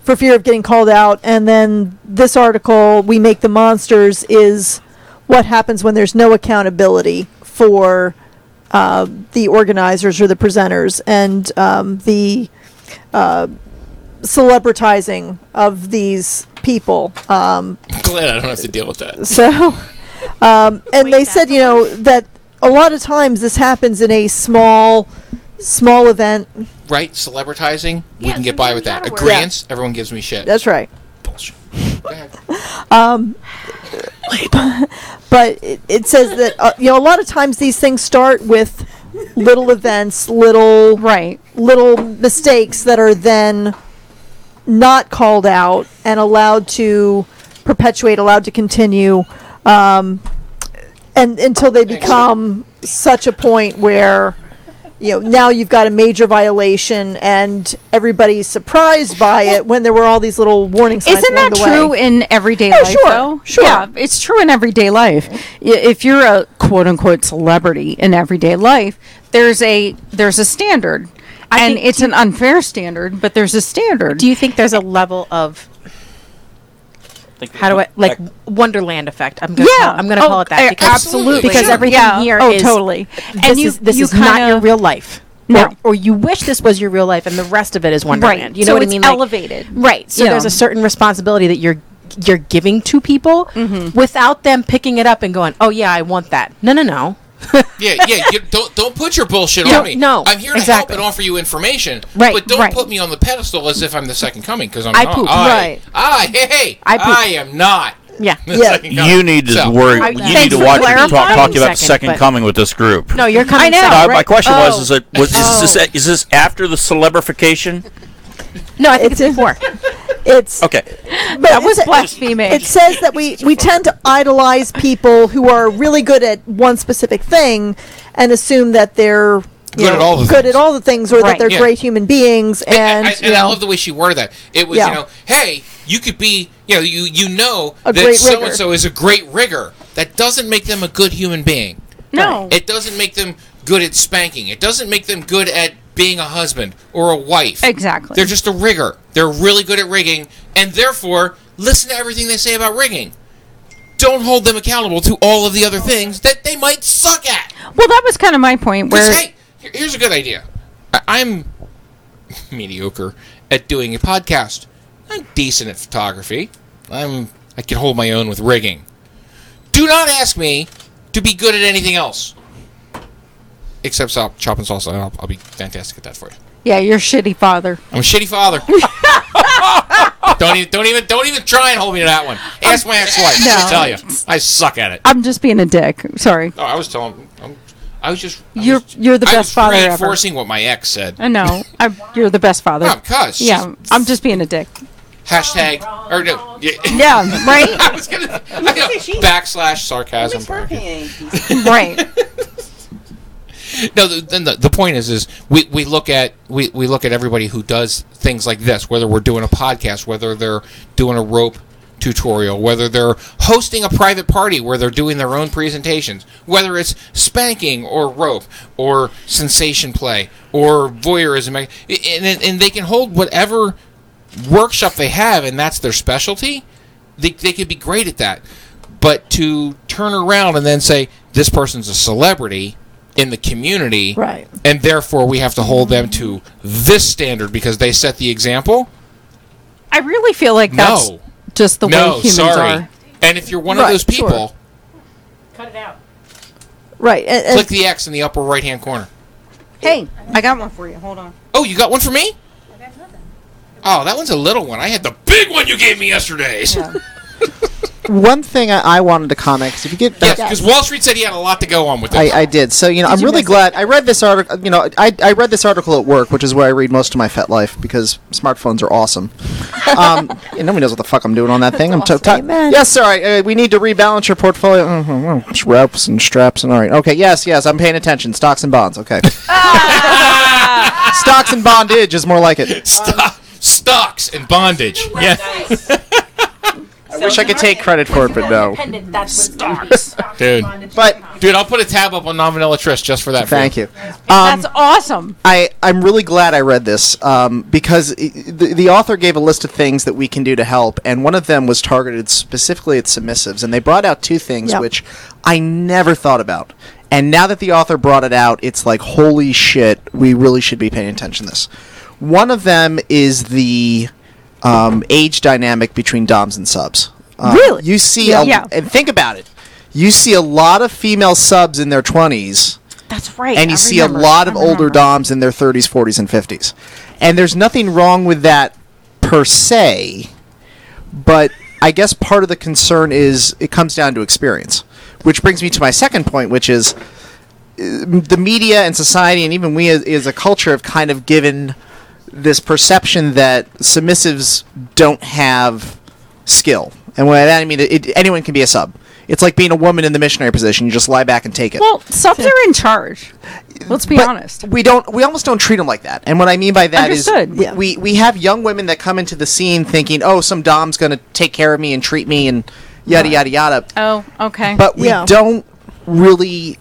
Speaker 10: for fear of getting called out. And then this article, "We Make the Monsters," is what happens when there's no accountability for uh, the organizers or the presenters, and um, the uh, celebritizing of these people. Um,
Speaker 1: Glad I don't have to deal with that.
Speaker 10: so, um, and they said, you know, that a lot of times this happens in a small, small event.
Speaker 1: right? Celebritizing, we can get by with that. Agreements, everyone gives me shit.
Speaker 10: That's right.
Speaker 1: Bullshit.
Speaker 10: Um, but it, it says that uh, you know a lot of times these things start with little events, little
Speaker 7: right,
Speaker 10: little mistakes that are then not called out and allowed to perpetuate, allowed to continue, um, and until they become such a point where you know now you've got a major violation and everybody's surprised by it when there were all these little warning signs.
Speaker 7: Isn't
Speaker 10: along
Speaker 7: that
Speaker 10: the way.
Speaker 7: true in everyday
Speaker 10: Yeah,
Speaker 7: life?
Speaker 10: sure,
Speaker 7: though?
Speaker 10: sure.
Speaker 7: Yeah, it's true in everyday life. Y- If you're a quote unquote celebrity in everyday life, there's a there's a standard, and it's an unfair standard, but there's a standard.
Speaker 17: Do you think there's a level of how do I like Wonderland effect? I'm gonna
Speaker 7: Yeah.
Speaker 17: call, I'm gonna
Speaker 7: Oh,
Speaker 17: call it
Speaker 7: a-
Speaker 17: that because
Speaker 7: absolutely.
Speaker 17: because
Speaker 7: Sure.
Speaker 17: everything
Speaker 7: Yeah.
Speaker 17: here
Speaker 7: Oh,
Speaker 17: is-
Speaker 7: totally.
Speaker 17: This
Speaker 7: And you-
Speaker 17: is this
Speaker 7: you
Speaker 17: is not
Speaker 7: kinda-
Speaker 17: your real life.
Speaker 7: No.
Speaker 17: Or, or you wish this was your real life, and the rest of it is Wonderland.
Speaker 7: Right.
Speaker 17: You know
Speaker 7: So
Speaker 17: what I
Speaker 7: it's
Speaker 17: mean? Like-
Speaker 7: elevated.
Speaker 17: right. So
Speaker 7: Yeah.
Speaker 17: there's a certain responsibility that you're you're giving to people
Speaker 7: Mm-hmm.
Speaker 17: without them picking it up and going, "Oh yeah, I want that." No, no, no.
Speaker 1: Yeah, yeah. You don't don't put your bullshit
Speaker 17: Yeah.
Speaker 1: on me.
Speaker 17: No,
Speaker 1: I'm here to
Speaker 17: exactly.
Speaker 1: help and offer you information.
Speaker 17: Right,
Speaker 1: but don't
Speaker 17: right.
Speaker 1: put me on the pedestal as if I'm the second coming because I'm
Speaker 17: I
Speaker 1: not.
Speaker 17: poop.
Speaker 1: I,
Speaker 17: Right.
Speaker 1: I hey hey.
Speaker 17: I
Speaker 1: I,
Speaker 17: poop.
Speaker 1: am not.
Speaker 17: Yeah.
Speaker 1: The second coming.
Speaker 8: You need to
Speaker 1: So-
Speaker 8: worry.
Speaker 1: I-
Speaker 8: you
Speaker 1: thanks
Speaker 8: need to
Speaker 1: for
Speaker 8: watch what you're talk,
Speaker 1: clarifying.
Speaker 8: talking about
Speaker 1: Second,
Speaker 8: second
Speaker 1: but-
Speaker 8: coming with this group.
Speaker 17: No, you're coming.
Speaker 8: No,
Speaker 17: second,
Speaker 8: my
Speaker 17: right?
Speaker 8: question was:
Speaker 17: Oh.
Speaker 8: Is it was, is this a- is this after the celebrification?
Speaker 17: No, I think it's, before.
Speaker 10: It's
Speaker 8: Okay,
Speaker 10: but that was blaspheming. It says that we we tend to idolize people who are really good at one specific thing, and assume that they're you
Speaker 1: Good at
Speaker 10: know,
Speaker 1: all the
Speaker 10: good at all the things, or
Speaker 1: Right.
Speaker 10: that they're
Speaker 1: Yeah.
Speaker 10: great human beings. And
Speaker 1: I,
Speaker 10: you
Speaker 1: and I
Speaker 10: know,
Speaker 1: love the way she worded that. It was
Speaker 10: Yeah.
Speaker 1: you know, hey, you could be you know you you know
Speaker 10: A
Speaker 1: that
Speaker 10: great
Speaker 1: so
Speaker 10: rigger.
Speaker 1: and so is a great rigger. That doesn't make them a good human being.
Speaker 7: No.
Speaker 1: It doesn't make them good at spanking. It doesn't make them good at being a husband or a wife.
Speaker 7: Exactly.
Speaker 1: They're just a rigger. They're really good at rigging, and therefore listen to everything they say about rigging. Don't hold them accountable to all of the other things that they might suck at.
Speaker 7: Well, that was kind of my point.
Speaker 1: 'Cause,
Speaker 7: Where
Speaker 1: hey, here- here's a good idea. I- I'm mediocre at doing a podcast. I'm decent at photography. I'm I can hold my own with rigging. Do not ask me to be good at anything else. Except sop, chop and salsa. I'll, I'll be fantastic at that for you.
Speaker 7: yeah, you're a shitty father.
Speaker 1: I'm a shitty father. don't even don't even don't even try and hold me to that one. Ask my ex-wife.
Speaker 7: No.
Speaker 1: I'll tell you, I suck at it.
Speaker 7: I'm just being a dick. Sorry.
Speaker 1: Oh, I was telling. I'm, I was just
Speaker 7: You're you're the
Speaker 1: I
Speaker 7: best
Speaker 1: was
Speaker 7: father ever.
Speaker 1: reinforcing what my ex said.
Speaker 7: I know. I'm, you're the best father.
Speaker 1: Oh, gosh,
Speaker 7: yeah, I'm just being a dick.
Speaker 1: Hashtag or no? Yeah,
Speaker 7: Yeah, right?
Speaker 1: I was gonna I know, backslash sarcasm.
Speaker 7: right.
Speaker 1: No, the, then the, the point is, is we, we look at we, we look at everybody who does things like this, whether we're doing a podcast, whether they're doing a rope tutorial, whether they're hosting a private party where they're doing their own presentations, whether it's spanking or rope or sensation play or voyeurism, and, and, and they can hold whatever workshop they have, and that's their specialty. They they could be great at that, but to turn around and then say this person's a celebrity in the community,
Speaker 10: Right.
Speaker 1: And therefore, we have to hold them to this standard because they set the example.
Speaker 7: I really feel like that's
Speaker 1: No.
Speaker 7: just the way
Speaker 1: no,
Speaker 7: humans
Speaker 1: sorry.
Speaker 7: are.
Speaker 1: And if you're one
Speaker 7: Right,
Speaker 1: of those people,
Speaker 7: sure.
Speaker 10: right. And, and
Speaker 1: click the X in the upper right hand corner.
Speaker 7: Hey, I got one for you. Hold on.
Speaker 1: Oh, you got one for me? Oh, that one's a little one. I had the big one you gave me yesterday.
Speaker 9: One thing I, I wanted to comment 'cause if you get back,
Speaker 1: yes, because Wall Street said he had a lot to go on with this.
Speaker 9: I, I did. So you know, I'm really glad I read this article. You know, I, I read this article at work, which is where I read most of my FetLife because smartphones are awesome. um, and nobody knows what the fuck I'm doing on that thing. I'm awesome. Yes, sir. I, uh, we need to rebalance your portfolio. Mhm, well, it's Reps and straps and all right. Okay. Yes, yes. I'm paying attention. Stocks and bonds. Okay. Stocks and bondage is more like it.
Speaker 1: Stop. Stocks and bondage. Yes.
Speaker 9: I wish I could take credit for it, but no.
Speaker 17: Stocks.
Speaker 1: Dude.
Speaker 9: But
Speaker 1: Dude, I'll put a tab up on non vanilla Trish just for that.
Speaker 9: Thank you.
Speaker 7: That's awesome.
Speaker 9: Um, I, I'm really glad I read this um, because i- the, the author gave a list of things that we can do to help, and one of them was targeted specifically at submissives. And they brought out two things
Speaker 10: Yep.
Speaker 9: which I never thought about. And now that the author brought it out, it's like, holy shit, we really should be paying attention to this. One of them is the um, age dynamic between doms and subs. Uh,
Speaker 10: Really?
Speaker 9: You see,
Speaker 10: Yeah.
Speaker 9: a-
Speaker 10: Yeah.
Speaker 9: and think about it. You see a lot of female subs in their twenties.
Speaker 7: Oh, That's right.
Speaker 9: And you
Speaker 7: I
Speaker 9: see a
Speaker 7: remember.
Speaker 9: lot of
Speaker 7: I
Speaker 9: older
Speaker 7: remember.
Speaker 9: DOMs in their 30s, 40s, and 50s. And there's nothing wrong with that per se, but I guess part of the concern is it comes down to experience. Which brings me to my second point, which is uh, the media and society, and even we as, as a culture, have kind of given this perception that submissives don't have skill. And what I mean, it, anyone can be a sub. It's like being a woman in the missionary position. You just lie back and take it.
Speaker 7: Well, subs are in charge. Let's be honest.
Speaker 9: We don't. We almost don't treat them like that. And what I mean by that is,
Speaker 7: Understood, yeah.
Speaker 9: we we have young women that come into the scene thinking, oh, some dom's going to take care of me and treat me and yada yada yada.
Speaker 7: Oh, okay.
Speaker 9: But we don't really.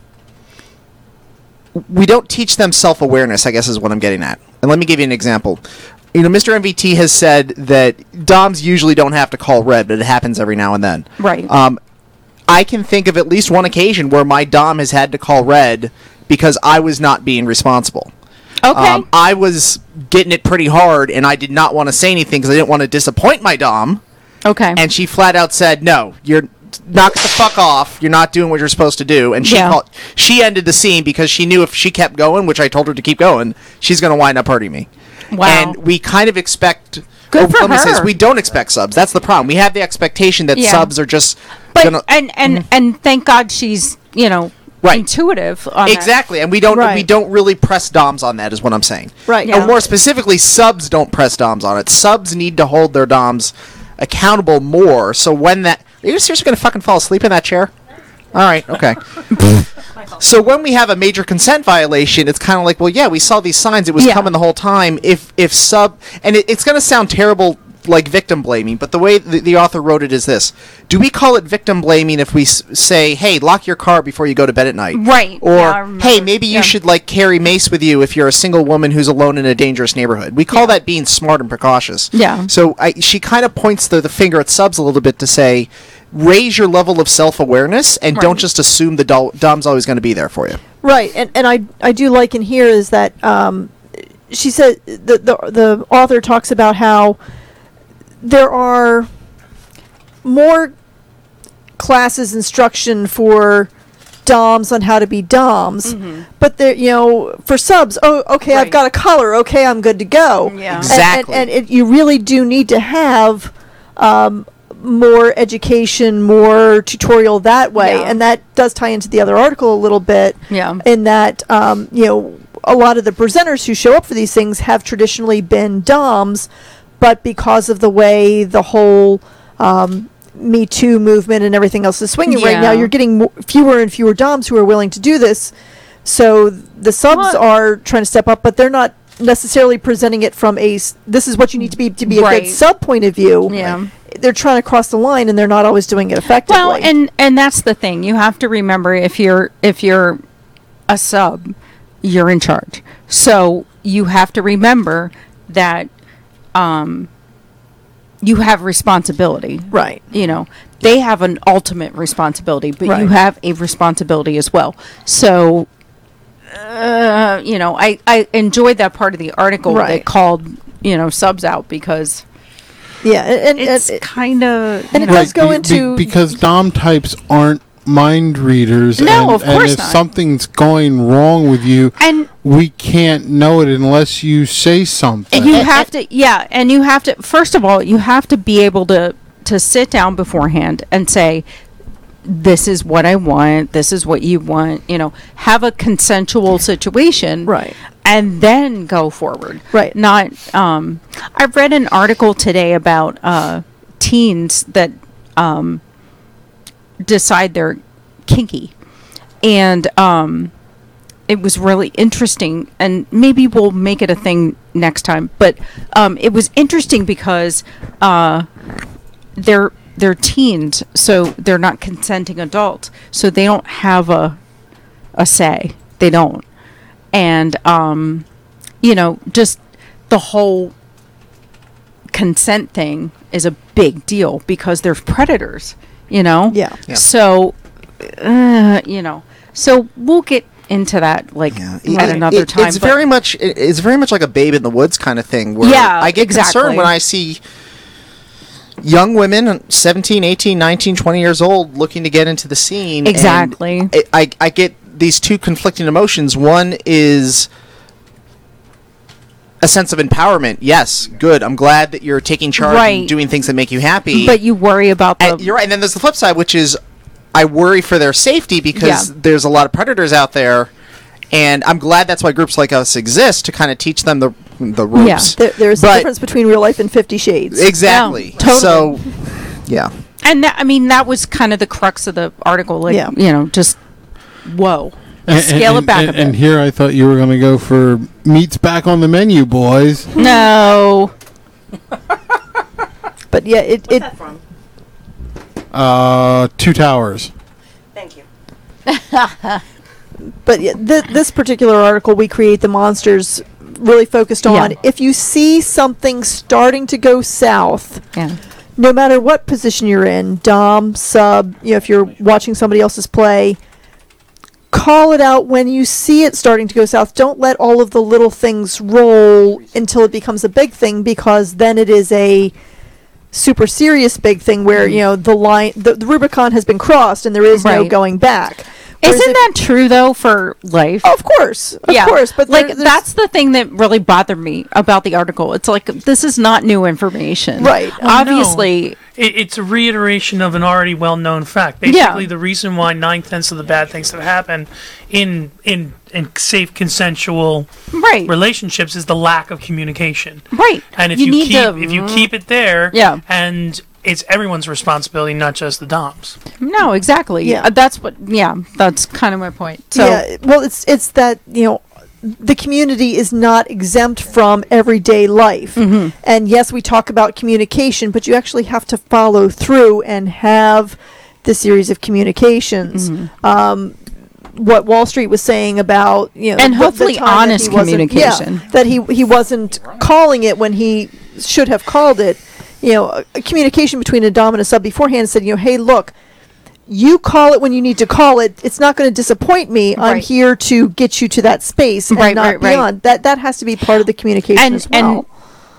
Speaker 9: We don't teach them self awareness. I guess is what I'm getting at. And let me give you an example. You know, Mr. MVT has said that doms usually don't have to call red, but it happens every now and then.
Speaker 7: Right.
Speaker 9: Um, I can think of at least one occasion where my dom has had to call red because I was not being responsible.
Speaker 7: Okay.
Speaker 9: Um, I was getting it pretty hard, and I did not want to say anything because I didn't want to disappoint my dom.
Speaker 7: Okay.
Speaker 9: And she flat out said, "No, you're knock the fuck off. You're not doing what you're supposed to do." And she
Speaker 7: Yeah.
Speaker 9: called, she ended the scene because she knew if she kept going, which I told her to keep going, she's going to wind up hurting me.
Speaker 7: Wow.
Speaker 9: And we kind of expect.
Speaker 7: Oh. Good
Speaker 9: or
Speaker 7: for
Speaker 9: oh, let me say this,
Speaker 7: her.
Speaker 9: we don't expect subs. That's the problem. We have the expectation that
Speaker 7: Yeah.
Speaker 9: subs are just
Speaker 7: But
Speaker 9: gonna Mm-hmm.
Speaker 7: and and and thank God she's you know intuitive. On that.
Speaker 9: exactly, and we don't we don't really press DOMs on that is what I'm saying.
Speaker 7: Right.
Speaker 9: And
Speaker 7: Yeah.
Speaker 9: more specifically, subs don't press DOMs on it. Subs need to hold their DOMs accountable more. So when that are you seriously going to fucking fall asleep in that chair? All right. Okay. so when we have a major consent violation, it's kind of like, well, yeah, we saw these signs. It was coming the whole time. If if sub and it, it's going to sound terrible, like victim blaming, but the way the, the author wrote it is this: Do we call it victim blaming if we s- say, "Hey, lock your car before you go to bed at night,"
Speaker 7: Right.
Speaker 9: Or,
Speaker 7: Yeah, I remember.
Speaker 9: "Hey, maybe you should like carry mace with you if you're a single woman who's alone in a dangerous neighborhood." We call that being smart and precautious.
Speaker 7: Yeah.
Speaker 9: So I, she kind of points the, the finger at subs a little bit to say, raise your level of self awareness and don't
Speaker 10: Right.
Speaker 9: just assume the dol- dom's always going to be there for you.
Speaker 10: Right, and, and I I do like in here is that um, she said the, the the author talks about how there are more classes instruction for DOMs on how to be DOMs, but there you know for subs. Oh, okay, I've got a color. Okay, I'm good to go.
Speaker 7: Yeah.
Speaker 10: And-
Speaker 7: Exactly.
Speaker 10: And, and, it, you really do need to have. Um, more education, more tutorial that way,
Speaker 7: Yeah.
Speaker 10: and that does tie into the other article a little bit
Speaker 7: Yeah.
Speaker 10: in that um, you know a lot of the presenters who show up for these things have traditionally been doms, but because of the way the whole um, Me Too movement and everything else is swinging right now,
Speaker 7: Yeah.
Speaker 10: you're getting mo- fewer and fewer doms who are willing to do this. So the subs
Speaker 7: Well-
Speaker 10: are trying to step up, but they're not necessarily presenting it from a s- this is what you need to be to be a
Speaker 7: Right.
Speaker 10: good sub point of view.
Speaker 7: Yeah.
Speaker 10: They're trying to cross the line and they're not always doing it effectively.
Speaker 7: Well, and and that's the thing. You have to remember if you're if you're a sub, you're in charge. So you have to remember that um you have responsibility.
Speaker 10: Right.
Speaker 7: You know, they have an ultimate responsibility, but you
Speaker 10: Right.
Speaker 7: have a responsibility as well. So uh, you know, I I enjoyed that part of the article
Speaker 10: Right.
Speaker 7: that called, you know, subs out because
Speaker 10: yeah, and,
Speaker 7: it's kind of
Speaker 10: and it does go into
Speaker 11: because dom types aren't mind readers.
Speaker 7: No,
Speaker 11: and,
Speaker 7: of
Speaker 11: and
Speaker 7: course
Speaker 11: if
Speaker 7: not.
Speaker 11: something's going wrong with you,
Speaker 7: And-
Speaker 11: we can't know it unless you say something.
Speaker 7: And you have to, yeah, and you have to. First of all, you have to be able to to sit down beforehand and say, "This is what I want. This is what you want." You know, have a consensual situation,
Speaker 10: right,
Speaker 7: and then go forward,
Speaker 10: right.
Speaker 7: Not. Um, I read an article today about uh, teens that um, decide they're kinky, and um, it was really interesting and maybe we'll make it a thing next time but um, it was interesting because uh, they're they're teens so they're not consenting adults so they don't have a a say they don't and um, you know just the whole consent thing is a big deal because they're predators you know
Speaker 10: yeah,
Speaker 7: so uh, you know so we'll get into that like
Speaker 9: It-
Speaker 7: at
Speaker 9: it-
Speaker 7: another
Speaker 9: it-
Speaker 7: time.
Speaker 9: It's
Speaker 7: but-
Speaker 9: very much it- it's very much like a Babe in the Woods kind of thing. Where
Speaker 7: Yeah,
Speaker 9: I get
Speaker 7: exactly.
Speaker 9: concerned when I see young women 17 18 19 20 years old looking to get into the scene and
Speaker 7: Exactly.
Speaker 9: I, I, I get these two conflicting emotions one is a sense of empowerment yes good i'm glad that you're taking charge
Speaker 7: Right.
Speaker 9: and doing things that make you happy
Speaker 7: but you worry about the
Speaker 9: and you're right. And then there's the flip side, which is I worry for their safety because
Speaker 7: Yeah.
Speaker 9: there's a lot of predators out there, and I'm glad that's why groups like us exist to kind of teach them the the ropes.
Speaker 10: There, there's a
Speaker 9: But-
Speaker 10: difference between real life and Fifty Shades.
Speaker 9: Exactly.
Speaker 7: totally.
Speaker 9: So, yeah.
Speaker 7: and that, I mean that was kind of the crux of the article. Like
Speaker 10: Yeah.
Speaker 7: you know, just whoa,
Speaker 11: And-
Speaker 7: scale
Speaker 11: and-
Speaker 7: it back
Speaker 11: and,
Speaker 7: a bit.
Speaker 11: And here I thought you were going to go for meats back on the menu, boys.
Speaker 7: no.
Speaker 10: but yeah, it it
Speaker 11: Uh, two towers.
Speaker 10: but yeah, th- this particular article we create the monsters really focused on
Speaker 7: Yeah.
Speaker 10: if you see something starting to go south
Speaker 7: Yeah.
Speaker 10: no matter what position you're in dom sub you know if you're watching somebody else's play call it out when you see it starting to go south don't let all of the little things roll until it becomes a big thing because then it is a super serious big thing where you know the line the, the rubicon has been crossed and there is no
Speaker 7: Right.
Speaker 10: going back Whereas
Speaker 7: Isn't
Speaker 10: if-
Speaker 7: that true though for life?
Speaker 10: of course, of course. But
Speaker 7: like
Speaker 10: there- there's-
Speaker 7: that's the thing that really bothered me about the article. It's like this is not new information,
Speaker 10: Right.
Speaker 7: Obviously,
Speaker 12: It, it's a reiteration of an already well-known fact. Basically, the reason why nine tenths of the bad things that happen in in in safe consensual
Speaker 7: Right.
Speaker 12: relationships is the lack of communication.
Speaker 7: Right.
Speaker 12: And if
Speaker 7: You
Speaker 12: you,
Speaker 7: need
Speaker 12: keep
Speaker 7: to-
Speaker 12: if you keep it there,
Speaker 7: Yeah.
Speaker 12: and it's everyone's responsibility, not just the doms.
Speaker 7: no, exactly.
Speaker 10: Yeah.
Speaker 7: Yeah, that's what. Yeah, that's kind of my point. So
Speaker 10: yeah, well, it's it's that you know the community is not exempt from everyday life,
Speaker 7: Mm-hmm.
Speaker 10: and yes, we talk about communication, but you actually have to follow through and have the series of communications.
Speaker 7: Mm-hmm.
Speaker 10: Um, what Wall Street was saying about you know
Speaker 7: And
Speaker 10: the- the
Speaker 7: hopefully
Speaker 10: time that
Speaker 7: honest
Speaker 10: he wasn't- yeah,
Speaker 7: communication.
Speaker 10: that he he wasn't calling it when he should have called it. You know, a, a communication between a dom and a sub beforehand said, you know, hey, look, you call it when you need to call it. It's not going to disappoint me. I'm
Speaker 7: Right.
Speaker 10: here to get you to that space and
Speaker 7: Right,
Speaker 10: not
Speaker 7: right, right.
Speaker 10: beyond. That that has to be part of the communication as well.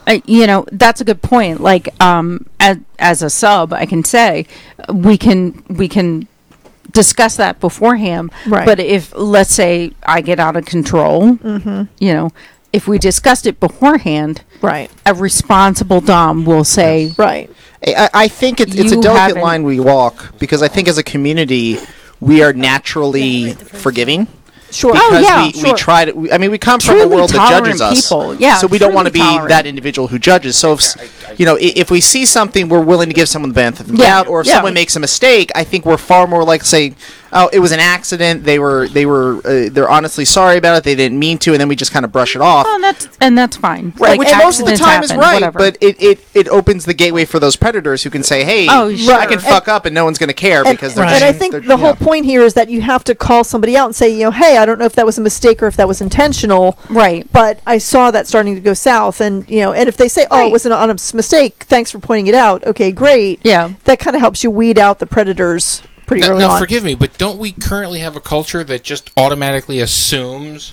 Speaker 7: And, uh, you know, that's a good point. Like, um, as, as a sub, I can say uh, we can we can discuss that beforehand.
Speaker 10: Right.
Speaker 7: But if let's say I get out of control,
Speaker 10: Mhm.
Speaker 7: you know, if we discussed it beforehand,
Speaker 10: right,
Speaker 7: a responsible dom will say,
Speaker 10: right,
Speaker 9: I, I think it's, it's
Speaker 7: You
Speaker 9: a delicate
Speaker 7: haven't-
Speaker 9: line we walk because I think as a community we are naturally forgiving.
Speaker 10: Sure.
Speaker 7: Oh,
Speaker 9: Because
Speaker 7: yeah,
Speaker 9: we, we
Speaker 7: sure.
Speaker 9: try to. We, I mean, we come from
Speaker 7: Truly
Speaker 9: a world that judges
Speaker 7: tolerant
Speaker 9: us.
Speaker 7: people. Yeah,
Speaker 9: so we don't
Speaker 7: truly
Speaker 9: want to be
Speaker 7: tolerant.
Speaker 9: that individual who judges. So, if, s you know, i- if we see something, we're willing to give someone the benefit of the
Speaker 7: Yeah,
Speaker 9: doubt. Or if
Speaker 7: yeah.
Speaker 9: someone makes a mistake, I think we're far more like say, "Oh, it was an accident. They were, they were, uh, they're honestly sorry about it. They didn't mean to," and then we just kind of brush it off.
Speaker 7: "Oh, that's and that's fine."
Speaker 9: Right,
Speaker 7: Like,
Speaker 9: which most of the
Speaker 7: accidents
Speaker 9: time is
Speaker 7: happen,
Speaker 9: right,
Speaker 7: whatever.
Speaker 9: but it, it, it opens the gateway for those predators who can say, "Hey,
Speaker 7: Oh,
Speaker 9: I can
Speaker 7: sure.
Speaker 9: fuck up, and no one's going to care
Speaker 10: And,
Speaker 9: because they're."
Speaker 10: and I
Speaker 9: just-
Speaker 10: think
Speaker 9: they're-
Speaker 10: the whole
Speaker 9: yeah.
Speaker 10: point here is that you have to call somebody out and say, you know, hey, I don't know if that was a mistake or if that was intentional,
Speaker 7: right.
Speaker 10: but I saw that starting to go south, and you know, and if they say, oh, it
Speaker 7: Right.
Speaker 10: was an honest mistake, thanks for pointing it out. Okay, great.
Speaker 7: Yeah.
Speaker 10: that kind of helps you weed out the predators pretty
Speaker 1: Now,
Speaker 10: early
Speaker 1: now
Speaker 10: on.
Speaker 1: forgive me, but don't we currently have a culture that just automatically assumes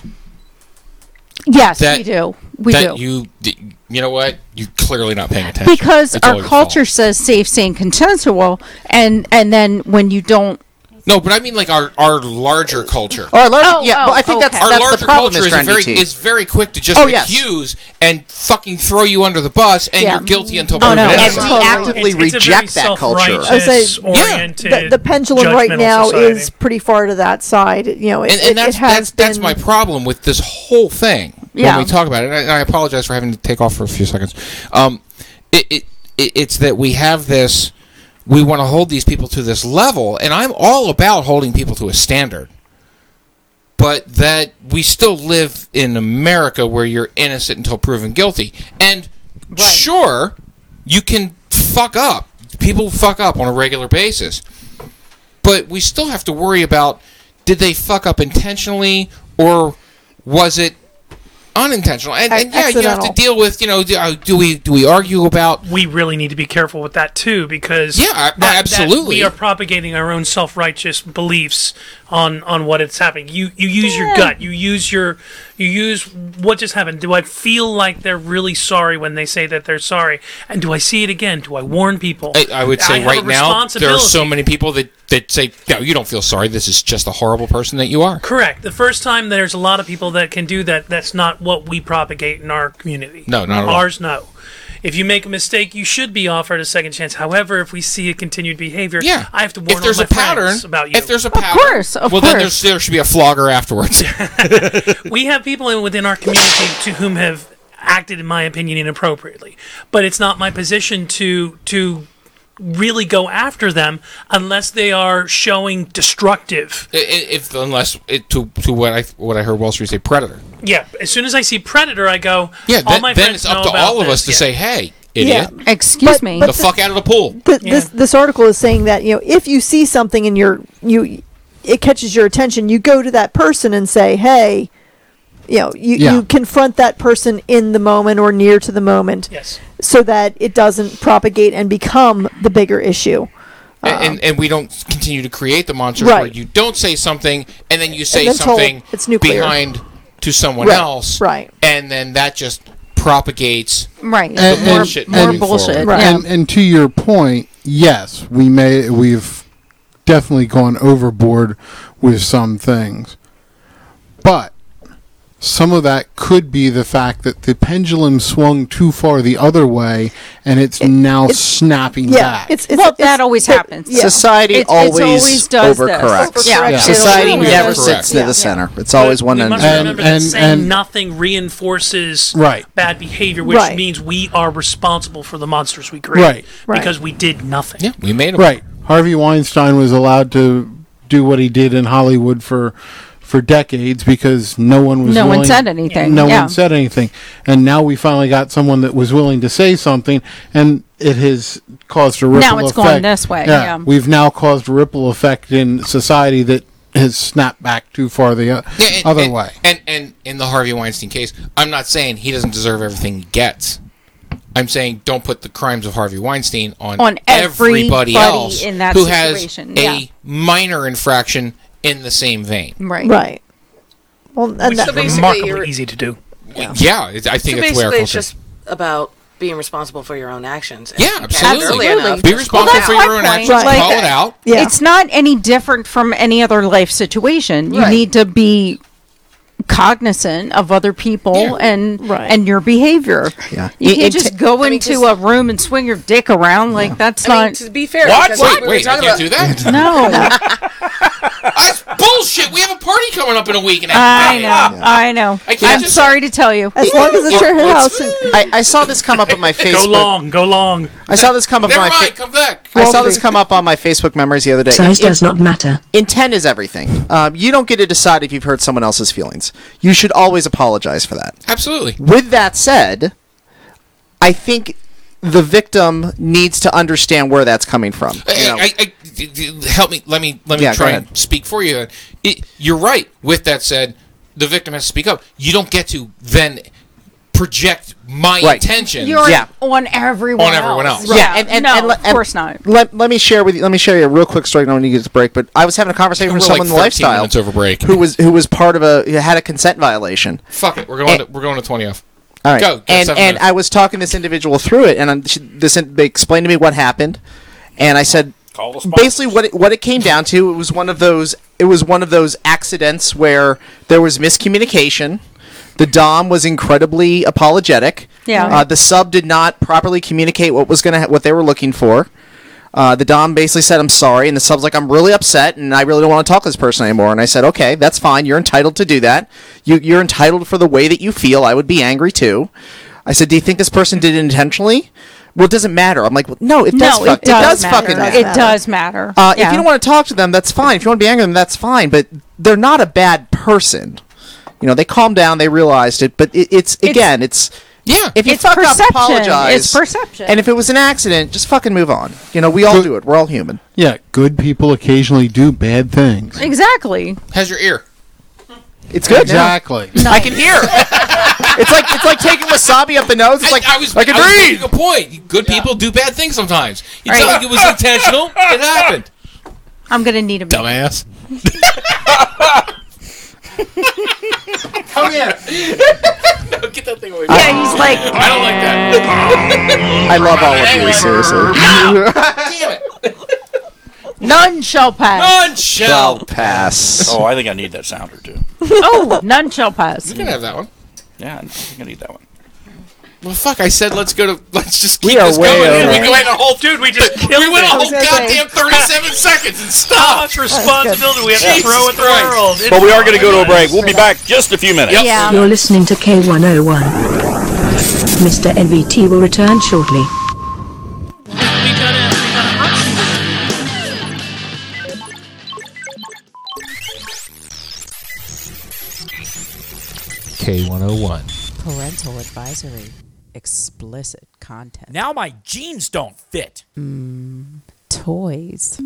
Speaker 7: Yes,
Speaker 1: that-
Speaker 7: we do. We
Speaker 1: that
Speaker 7: do.
Speaker 1: you d- you know what you're clearly not paying attention
Speaker 7: because
Speaker 1: It's all
Speaker 7: our
Speaker 1: your fault.
Speaker 7: culture says safe, sane, consensual, and and then when you don't
Speaker 1: No, but I mean like our our larger culture.
Speaker 9: Or larger,
Speaker 7: Oh,
Speaker 9: yeah,
Speaker 7: oh,
Speaker 9: well, I think
Speaker 7: okay.
Speaker 9: that's,
Speaker 1: our
Speaker 9: that's
Speaker 1: larger
Speaker 9: the problem.
Speaker 1: culture is,
Speaker 9: Mr.
Speaker 1: a very
Speaker 9: NDT.
Speaker 1: is very quick to just
Speaker 9: Oh, yes.
Speaker 1: accuse and fucking throw you under the bus, and
Speaker 7: Yeah.
Speaker 1: you're guilty until
Speaker 7: Oh,
Speaker 1: proven
Speaker 7: no,
Speaker 1: innocent.
Speaker 9: and we actively
Speaker 12: It's- it's a very
Speaker 9: reject that culture.
Speaker 10: I would say
Speaker 12: oriented.
Speaker 10: the, the pendulum right
Speaker 12: judgmental
Speaker 10: now
Speaker 12: society.
Speaker 10: is pretty far to that side. You know, it,
Speaker 1: and,
Speaker 10: it-
Speaker 1: and that's
Speaker 10: it has
Speaker 1: that's,
Speaker 10: been.
Speaker 1: that's my problem with this whole thing
Speaker 7: Yeah.
Speaker 1: when we talk about it. And I, and I apologize for having to take off for a few seconds. Um, it, it, it it's that we have this. We want to hold these people to this level, and I'm all about holding people to a standard. But that we still live in America where you're innocent until proven guilty, and sure, you can fuck up. People fuck up on a regular basis but we still have to worry about did they fuck up intentionally or was it unintentional, and,
Speaker 12: Ac-
Speaker 1: and yeah, you have to
Speaker 12: accidental.
Speaker 1: deal with you know do, uh, do we do we argue about
Speaker 12: we really need to be careful with that too because
Speaker 1: Yeah, I- absolutely.
Speaker 12: we are propagating our own self-righteous beliefs on on what it's happening you you use your gut you use your you use what just happened do i feel like they're really sorry when they say that they're sorry and do i see it again do i warn people
Speaker 1: I, I would say
Speaker 12: have a
Speaker 1: right now there are
Speaker 12: responsibility.
Speaker 1: so many people that that say no, you don't feel sorry. This is just a horrible person that you are.
Speaker 12: correct the first time there's a lot of people that can do that that's not what we propagate in our community
Speaker 1: No, not at all.
Speaker 12: ours no if you make a mistake, you should be offered a second chance. However, if we see a continued behavior,
Speaker 1: Yeah.
Speaker 12: I have to warn
Speaker 1: If
Speaker 12: all
Speaker 1: there's
Speaker 12: my
Speaker 1: a pattern,
Speaker 12: friends about you.
Speaker 1: if there's a pattern, of course,
Speaker 12: of
Speaker 1: well then
Speaker 12: course.
Speaker 1: there's, there should be a flogger afterwards.
Speaker 12: we have people in, within our community to whom have acted, in my opinion, inappropriately. But it's not my position to to really go after them unless they are showing destructive.
Speaker 1: I- i- if unless it, to to what I what I heard Wall Street say, predator.
Speaker 12: Yeah. As soon as I see predator, I go.
Speaker 1: Yeah,
Speaker 12: all
Speaker 1: then-
Speaker 12: my
Speaker 1: then
Speaker 12: friends
Speaker 1: it's up
Speaker 12: know
Speaker 1: to
Speaker 12: about
Speaker 1: all of
Speaker 12: this."
Speaker 1: us to say, hey,
Speaker 10: Yeah.
Speaker 1: idiot,
Speaker 7: Excuse me.
Speaker 1: the fuck out of the pool.
Speaker 10: Th- This this article is saying that you know if you see something and you're you it catches your attention, you go to that person and say, "Hey." You know, you,
Speaker 11: Yeah.
Speaker 10: you confront that person in the moment or near to the moment,
Speaker 12: yes.
Speaker 10: so that it doesn't propagate and become the bigger issue.
Speaker 1: and, and, and we don't continue to create the monsters where
Speaker 10: Right.
Speaker 1: you don't say something and then you say
Speaker 10: then told
Speaker 1: something
Speaker 10: it's nuclear.
Speaker 1: behind to someone
Speaker 10: Right,
Speaker 1: else,
Speaker 10: right.
Speaker 1: And then that just propagates
Speaker 7: right
Speaker 1: the bullshit moving forward.
Speaker 11: And, and to your point, yes, we may we've definitely gone overboard with some things, but some of that could be the fact that the pendulum swung too far the other way, and it's now snapping back.
Speaker 10: it's,
Speaker 7: well, that always happens.
Speaker 11: yeah. Society
Speaker 7: It's- it's
Speaker 11: always
Speaker 7: does this.
Speaker 9: overcorrects.
Speaker 7: Yeah.
Speaker 11: Yeah.
Speaker 9: Society
Speaker 11: It'll
Speaker 9: never
Speaker 11: overcorrect.
Speaker 9: sits near
Speaker 11: Yeah.
Speaker 9: the center. It's always one
Speaker 11: we
Speaker 9: end. of
Speaker 11: must
Speaker 9: it.
Speaker 11: remember
Speaker 12: Remember that saying nothing reinforces
Speaker 11: Right.
Speaker 12: bad behavior, which
Speaker 11: Right.
Speaker 12: means we are responsible for the monsters we create
Speaker 11: Right. Right.
Speaker 12: because we did nothing. Yeah,
Speaker 1: we made
Speaker 11: Right. Harvey Weinstein was allowed to do what he did in Hollywood for for decades because no one was
Speaker 7: No one
Speaker 11: willing-
Speaker 7: said anything,
Speaker 11: No
Speaker 7: yeah.
Speaker 11: one said anything. And now we finally got someone that was willing to say something and it has caused a ripple
Speaker 7: Now it's going
Speaker 11: effect.
Speaker 7: this way, yeah.
Speaker 11: We've now caused a ripple effect in society that has snapped back too far the o-
Speaker 1: Yeah, and-
Speaker 11: other
Speaker 1: and-
Speaker 11: way.
Speaker 1: And and in the Harvey Weinstein case, I'm not saying he doesn't deserve everything he gets. I'm saying don't put the crimes of Harvey Weinstein on,
Speaker 7: On everybody
Speaker 1: everybody else
Speaker 7: in that
Speaker 1: who
Speaker 7: situation,
Speaker 1: has
Speaker 7: yeah.
Speaker 1: a minor infraction in the same vein.
Speaker 7: Right.
Speaker 10: Right. Well, and
Speaker 15: Which
Speaker 10: that,
Speaker 15: so basically Remarkably you're-
Speaker 12: easy to do.
Speaker 1: Yeah, yeah it, I think
Speaker 15: so
Speaker 1: it's where
Speaker 15: basically,
Speaker 1: our
Speaker 15: it's
Speaker 1: culture.
Speaker 15: just about being responsible for your own actions. And
Speaker 1: Yeah,
Speaker 15: if you catch it
Speaker 1: absolutely.
Speaker 15: early enough,
Speaker 1: Be
Speaker 15: just call
Speaker 1: responsible
Speaker 15: it
Speaker 1: for
Speaker 15: out.
Speaker 1: your own actions. Call it out.
Speaker 7: It's not any different from any other life situation. You
Speaker 15: Right.
Speaker 7: need to be cognizant of other people and and your behavior.
Speaker 9: Yeah.
Speaker 7: You
Speaker 9: It-
Speaker 7: can't
Speaker 9: it
Speaker 7: just go into a room and swing your dick around like
Speaker 15: I
Speaker 7: that's not.
Speaker 15: mean, to be fair,
Speaker 1: What?
Speaker 15: because
Speaker 1: Wait,
Speaker 15: we were
Speaker 1: wait, I
Speaker 15: talking
Speaker 1: can't
Speaker 15: about-
Speaker 1: do that?
Speaker 7: No.
Speaker 1: Bullshit! We have a party coming up in a Ah. week, and
Speaker 7: I know. I know.
Speaker 1: I can't
Speaker 7: I'm
Speaker 1: just-
Speaker 7: sorry to tell you.
Speaker 10: As long as it's your house.
Speaker 9: I, I saw this come up on my Facebook.
Speaker 12: Go long, go long.
Speaker 9: I saw this come up
Speaker 1: Never
Speaker 9: on my.
Speaker 1: mind, come back.
Speaker 9: I saw this come up on my Facebook memories the other day.
Speaker 16: Size
Speaker 9: It-
Speaker 16: does not matter.
Speaker 9: Intent is everything. Um, you don't get to decide if you've hurt someone else's feelings. You should always apologize for that.
Speaker 1: Absolutely.
Speaker 9: With that said, I think the victim needs to understand where that's coming from.
Speaker 1: I, I, I- d- d- help me. Let me let me
Speaker 9: Yeah, go
Speaker 1: try
Speaker 9: ahead.
Speaker 1: and speak for you. It, you're right. With that said, the victim has to speak up. You don't get to then project my
Speaker 9: Right.
Speaker 1: intentions.
Speaker 7: You're on everyone.
Speaker 1: On everyone else.
Speaker 7: Yeah,
Speaker 9: Yeah, and- and-
Speaker 7: no,
Speaker 9: and le-
Speaker 7: of course not.
Speaker 9: Let, let me share with you. Let me share you a real quick story. I don't need to get to break, but I was having a conversation
Speaker 1: We're
Speaker 9: with
Speaker 1: like
Speaker 9: someone in the
Speaker 1: 13
Speaker 9: lifestyle
Speaker 1: minutes over break.
Speaker 9: who was who was part of a who had a consent violation.
Speaker 1: Fuck it. We're
Speaker 9: Eh.
Speaker 1: going. to, we're going to twenty off.
Speaker 9: All right.
Speaker 1: Go.
Speaker 9: and and I was talking this individual through it, and I'm, she, this in- they explained to me what happened, and I said
Speaker 14: Call the sponsors.
Speaker 9: basically what it, what it came down to. It was one of those. It was one of those accidents where there was miscommunication. The dom was incredibly apologetic.
Speaker 7: Yeah.
Speaker 9: Uh, the sub did not properly communicate what was gonna ha- what they were looking for. Uh, the dom basically said, "I'm sorry," and the sub's like, "I'm really upset, and I really don't want to talk to this person anymore." And I said, "Okay, that's fine. You're entitled to do that. You, you're entitled for the way that you feel. I would be angry too." I said, "Do you think this person did it intentionally?" Well, it doesn't matter. I'm like, well, "No, it does.
Speaker 7: no,
Speaker 9: fuck-
Speaker 7: it does, matter.
Speaker 9: fucking matter.
Speaker 7: It does matter.
Speaker 9: Uh, If
Speaker 7: Yeah.
Speaker 9: you don't want to talk to them, that's fine. If you want to be angry with them, that's fine. But they're not a bad person. You know, they calmed down. They realized it. But it, it's again, it's."
Speaker 1: yeah.
Speaker 9: If you
Speaker 7: It's
Speaker 9: fuck
Speaker 7: perception.
Speaker 9: up, apologize.
Speaker 7: It's perception.
Speaker 9: And if it was an accident, just fucking move on. You know, we all do it. We're all human.
Speaker 11: Yeah, good people occasionally do bad things.
Speaker 7: Exactly.
Speaker 1: How's your ear?
Speaker 9: It's good.
Speaker 11: Exactly.
Speaker 9: I can hear. it's like it's like taking wasabi up the nose. It's like I, was, like a
Speaker 1: I was
Speaker 9: dream.
Speaker 1: making a point. Good people do bad things sometimes. You
Speaker 7: Right.
Speaker 1: tell me it was intentional. It happened.
Speaker 7: I'm gonna need a minute.
Speaker 1: Dumbass.
Speaker 7: Come here.
Speaker 1: no, get that thing away.
Speaker 7: Yeah, he's like.
Speaker 1: I don't like that.
Speaker 9: I love all of you. Seriously.
Speaker 7: None shall pass.
Speaker 1: None shall
Speaker 9: pass.
Speaker 8: Oh, I think I need that sounder too.
Speaker 7: oh, none shall pass. You
Speaker 1: can have that one.
Speaker 8: Yeah, I think I need that one.
Speaker 1: Well, fuck! I said let's go to let's just
Speaker 9: We
Speaker 1: keep
Speaker 9: are
Speaker 1: this
Speaker 9: way
Speaker 1: going.
Speaker 9: over.
Speaker 1: We went a whole dude. We just we
Speaker 12: it.
Speaker 1: went a
Speaker 12: I
Speaker 1: whole
Speaker 12: was gonna say.
Speaker 1: goddamn thirty-seven seconds and stopped.
Speaker 12: How much responsibility do we have to throw at the world?
Speaker 8: But we are going to go to a break. We'll be back just a few minutes.
Speaker 16: You're listening to K101. Mr. NVT will return shortly.
Speaker 1: K one
Speaker 9: oh
Speaker 1: hundred one.
Speaker 5: Parental advisory. Explicit content.
Speaker 8: Now my jeans don't fit.
Speaker 5: Mm, toys.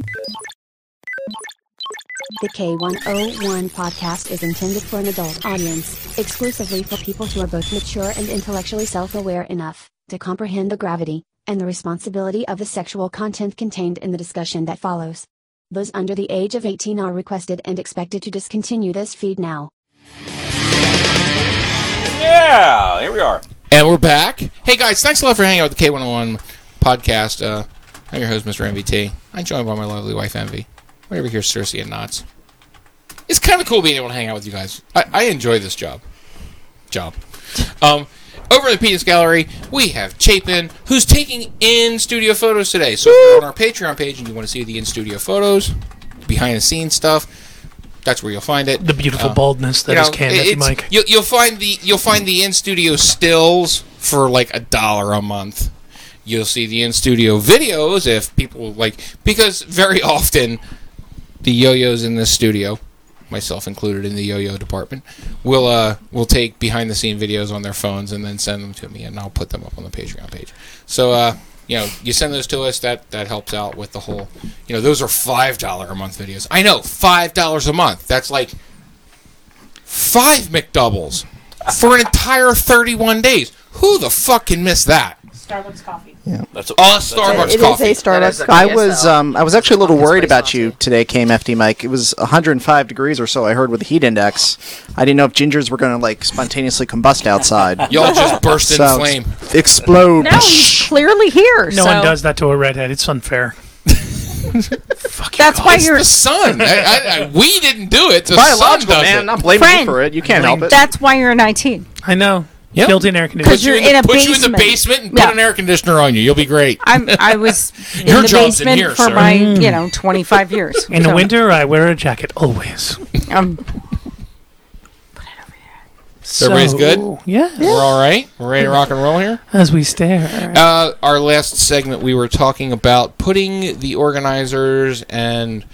Speaker 6: The K101 podcast is intended for an adult audience, exclusively for people who are both mature and intellectually self aware enough to comprehend the gravity and the responsibility of the sexual content contained in the discussion that follows. Those under the age of 18 are requested and expected to discontinue this feed now.
Speaker 8: Yeah, here we are.
Speaker 1: And we're back. Hey guys, thanks a lot for hanging out with the K one hundred one podcast. Uh, I'm your host, Mr. MVT. I'm joined by my lovely wife, Envy. We're over here, Cersei and Knots. It's kind of cool being able to hang out with you guys. I, I enjoy this job. Job. Um, over at the Penis Gallery, we have Chapin, who's taking in studio photos today. So if you're on our Patreon page and you want to see the in studio photos, behind the scenes stuff, that's where you'll find it.
Speaker 12: The beautiful
Speaker 1: Uh,
Speaker 12: baldness that
Speaker 1: you
Speaker 12: is
Speaker 1: know,
Speaker 12: Cam Nifty
Speaker 1: it's-
Speaker 12: Mike.
Speaker 1: You'll, you'll find the you'll find the in studio stills for like a dollar a month. You'll see the in studio videos if people like because very often the yo-yos in this studio, myself included in the yo-yo department, will uh will take behind the scene videos on their phones and then send them to me and I'll put them up on the Patreon page. So uh you know, you send those to us. That that helps out with the whole. You know, those are five dollar a month videos. I know five dollars a month. That's like five McDoubles for an entire 31 days. Who the fuck can miss that?
Speaker 7: Starbucks coffee.
Speaker 9: Yeah.
Speaker 8: That's a,
Speaker 1: Starbucks
Speaker 10: It is a
Speaker 1: coffee.
Speaker 10: Starbucks
Speaker 9: I was um, I was actually a little worried about you today, KMFD Mike. It was 105 degrees or so. I heard with the heat index. I didn't know if gingers were going to like spontaneously combust outside.
Speaker 1: Y'all just burst into flame.
Speaker 9: Explode.
Speaker 7: Now he's clearly here.
Speaker 12: No
Speaker 7: so
Speaker 12: one does that to a redhead. It's unfair.
Speaker 7: That's why you're
Speaker 1: the sun. I, I, I, we didn't do it. The
Speaker 9: Biological,
Speaker 1: sun does
Speaker 9: man.
Speaker 1: It.
Speaker 9: Not blaming you for it. You can't help it.
Speaker 7: That's why you're in IT.
Speaker 12: I know. Built-in air conditioning.
Speaker 7: Because you're in a
Speaker 1: put
Speaker 7: basement.
Speaker 1: you in the basement and put an air conditioner on you. You'll be great.
Speaker 7: I'm, I was in
Speaker 1: Your
Speaker 7: the
Speaker 1: job's in
Speaker 7: basement
Speaker 1: here,
Speaker 7: for
Speaker 1: sir.
Speaker 7: my,
Speaker 1: Mm.
Speaker 7: you know, 25 years.
Speaker 12: In
Speaker 7: So,
Speaker 12: the winter, I wear a jacket always.
Speaker 7: Um,
Speaker 1: Everybody's good.
Speaker 12: So, Yeah.
Speaker 1: We're all right. We're ready to rock and roll here.
Speaker 12: As we stare.
Speaker 1: Uh, our last segment, we were talking about putting the organizers and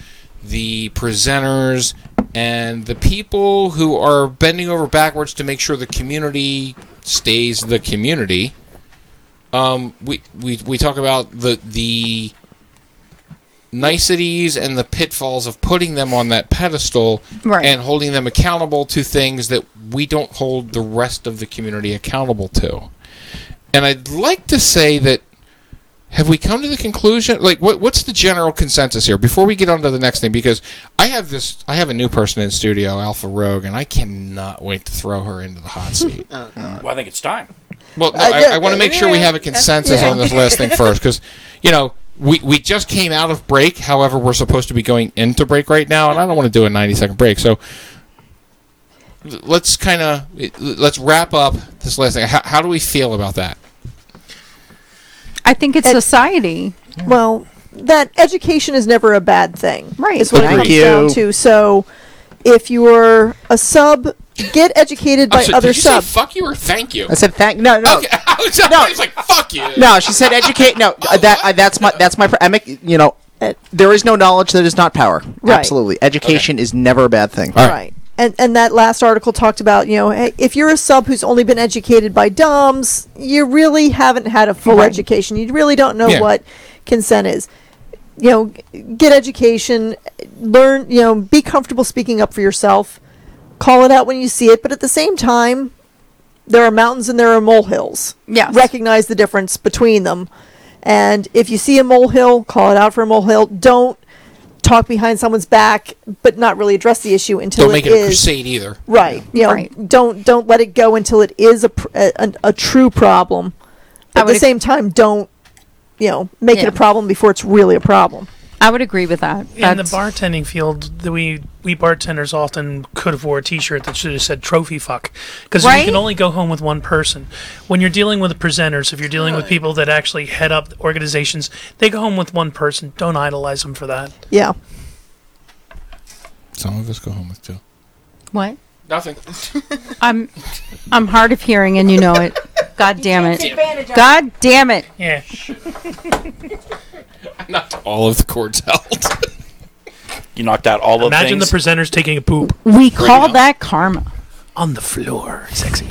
Speaker 1: the presenters and the people who are bending over backwards to make sure the community stays the community. Um, we, we, we talk about the the niceties and the pitfalls of putting them on that pedestal
Speaker 7: Right.
Speaker 1: and holding them accountable to things that we don't hold the rest of the community accountable to. And I'd like to say that have we come to the conclusion like what what's the general consensus here before we get on to the next thing because I have this I have a new person in studio Alpha Rogue and I cannot wait to throw her into the hot seat.
Speaker 8: Well, I think it's time.
Speaker 1: Well, no,
Speaker 8: Oh. Uh, yeah,
Speaker 1: I, I want to make sure we have a consensus
Speaker 8: yeah.
Speaker 1: on this last thing first, because you know we we just came out of break. However, we're supposed to be going into break right now, and I don't want to do a ninety second break. So l- let's kind of let's wrap up this last thing. How, how do we feel about that?
Speaker 7: I think it's society.
Speaker 10: Well, that education is never a bad thing. Right. Is what it
Speaker 9: Thank
Speaker 10: comes
Speaker 9: you.
Speaker 10: down to. So if you're a sub, get educated by
Speaker 1: Oh, so
Speaker 10: other
Speaker 1: did you say
Speaker 10: subs.
Speaker 1: fuck you or thank you?
Speaker 9: I said thank. No, no.
Speaker 1: Okay, I was, I was like fuck you.
Speaker 9: No, she said educate. No, uh, that I, that's my that's my. pr- I make you know. eh, There is no knowledge that is not power.
Speaker 10: Right.
Speaker 9: Absolutely, education is never a bad thing.
Speaker 10: Right. And and that last article talked about, you know, hey, if you're a sub who's only been educated by DOMs, you really haven't had a full education. You really don't know
Speaker 16: Yeah.
Speaker 10: what consent is. You know, g- get education, learn, you know, be comfortable speaking up for yourself. call it out when you see it, but at the same time, there are mountains and there are molehills.
Speaker 7: Yes.
Speaker 10: Recognize the difference between them. And if you see a molehill, call it out for a molehill. Don't talk behind someone's back, but not really address the issue until
Speaker 1: Don't make it a
Speaker 10: is-
Speaker 1: crusade either.
Speaker 10: Right. You know, don't don't let it go until it is a pr- a, a, a true problem.
Speaker 7: I
Speaker 10: At the
Speaker 7: would ag-
Speaker 10: same time, don't you know make it
Speaker 7: Yeah.
Speaker 10: a problem before it's really a problem.
Speaker 7: I would agree with that.
Speaker 12: In the bartending field, the, we we bartenders often could have wore a T-shirt that should have said "trophy fuck" because
Speaker 7: Right?
Speaker 12: you can only go home with one person. When you're dealing with presenters, if you're dealing with people that actually head up organizations, they go home with one person. Don't idolize them for that.
Speaker 10: Yeah.
Speaker 1: Some of us go home with two.
Speaker 7: What?
Speaker 1: Nothing.
Speaker 7: I'm I'm hard of hearing and you know it. God damn it.
Speaker 1: take advantage of
Speaker 7: God damn it.
Speaker 12: Yeah.
Speaker 1: All of the cords held.
Speaker 8: You knocked out all of
Speaker 12: Imagine
Speaker 8: things.
Speaker 12: the presenters taking a poop
Speaker 7: We call that karma.
Speaker 12: on the floor. Sexy.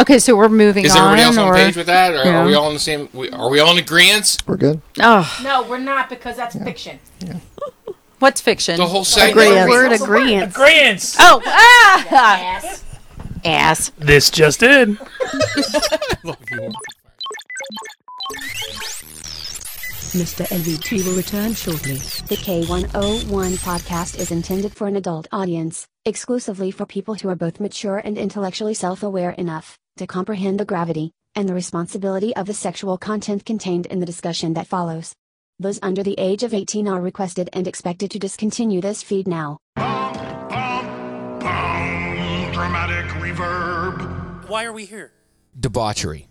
Speaker 7: Okay, so we're moving
Speaker 1: Is
Speaker 7: on.
Speaker 1: everybody else on
Speaker 7: or-
Speaker 1: page with that? Or
Speaker 7: Yeah.
Speaker 1: Are we all in the same? we- Are we all in agreement?
Speaker 9: We're good.
Speaker 7: Oh,
Speaker 4: No, we're not because that's fiction.
Speaker 7: what's fiction?
Speaker 1: The whole segment.
Speaker 7: The word
Speaker 4: What's the word?
Speaker 7: agreeance.
Speaker 12: Agreeance.
Speaker 7: Oh, ah! Ass.
Speaker 12: This just in.
Speaker 16: Mr. LVT will return shortly.
Speaker 6: The K101 podcast is intended for an adult audience, exclusively for people who are both mature and intellectually self aware enough to comprehend the gravity and the responsibility of the sexual content contained in the discussion that follows. Those under the age of 18 are requested and expected to discontinue this feed now.
Speaker 20: Dramatic reverb.
Speaker 8: Why are we here?
Speaker 1: Debauchery.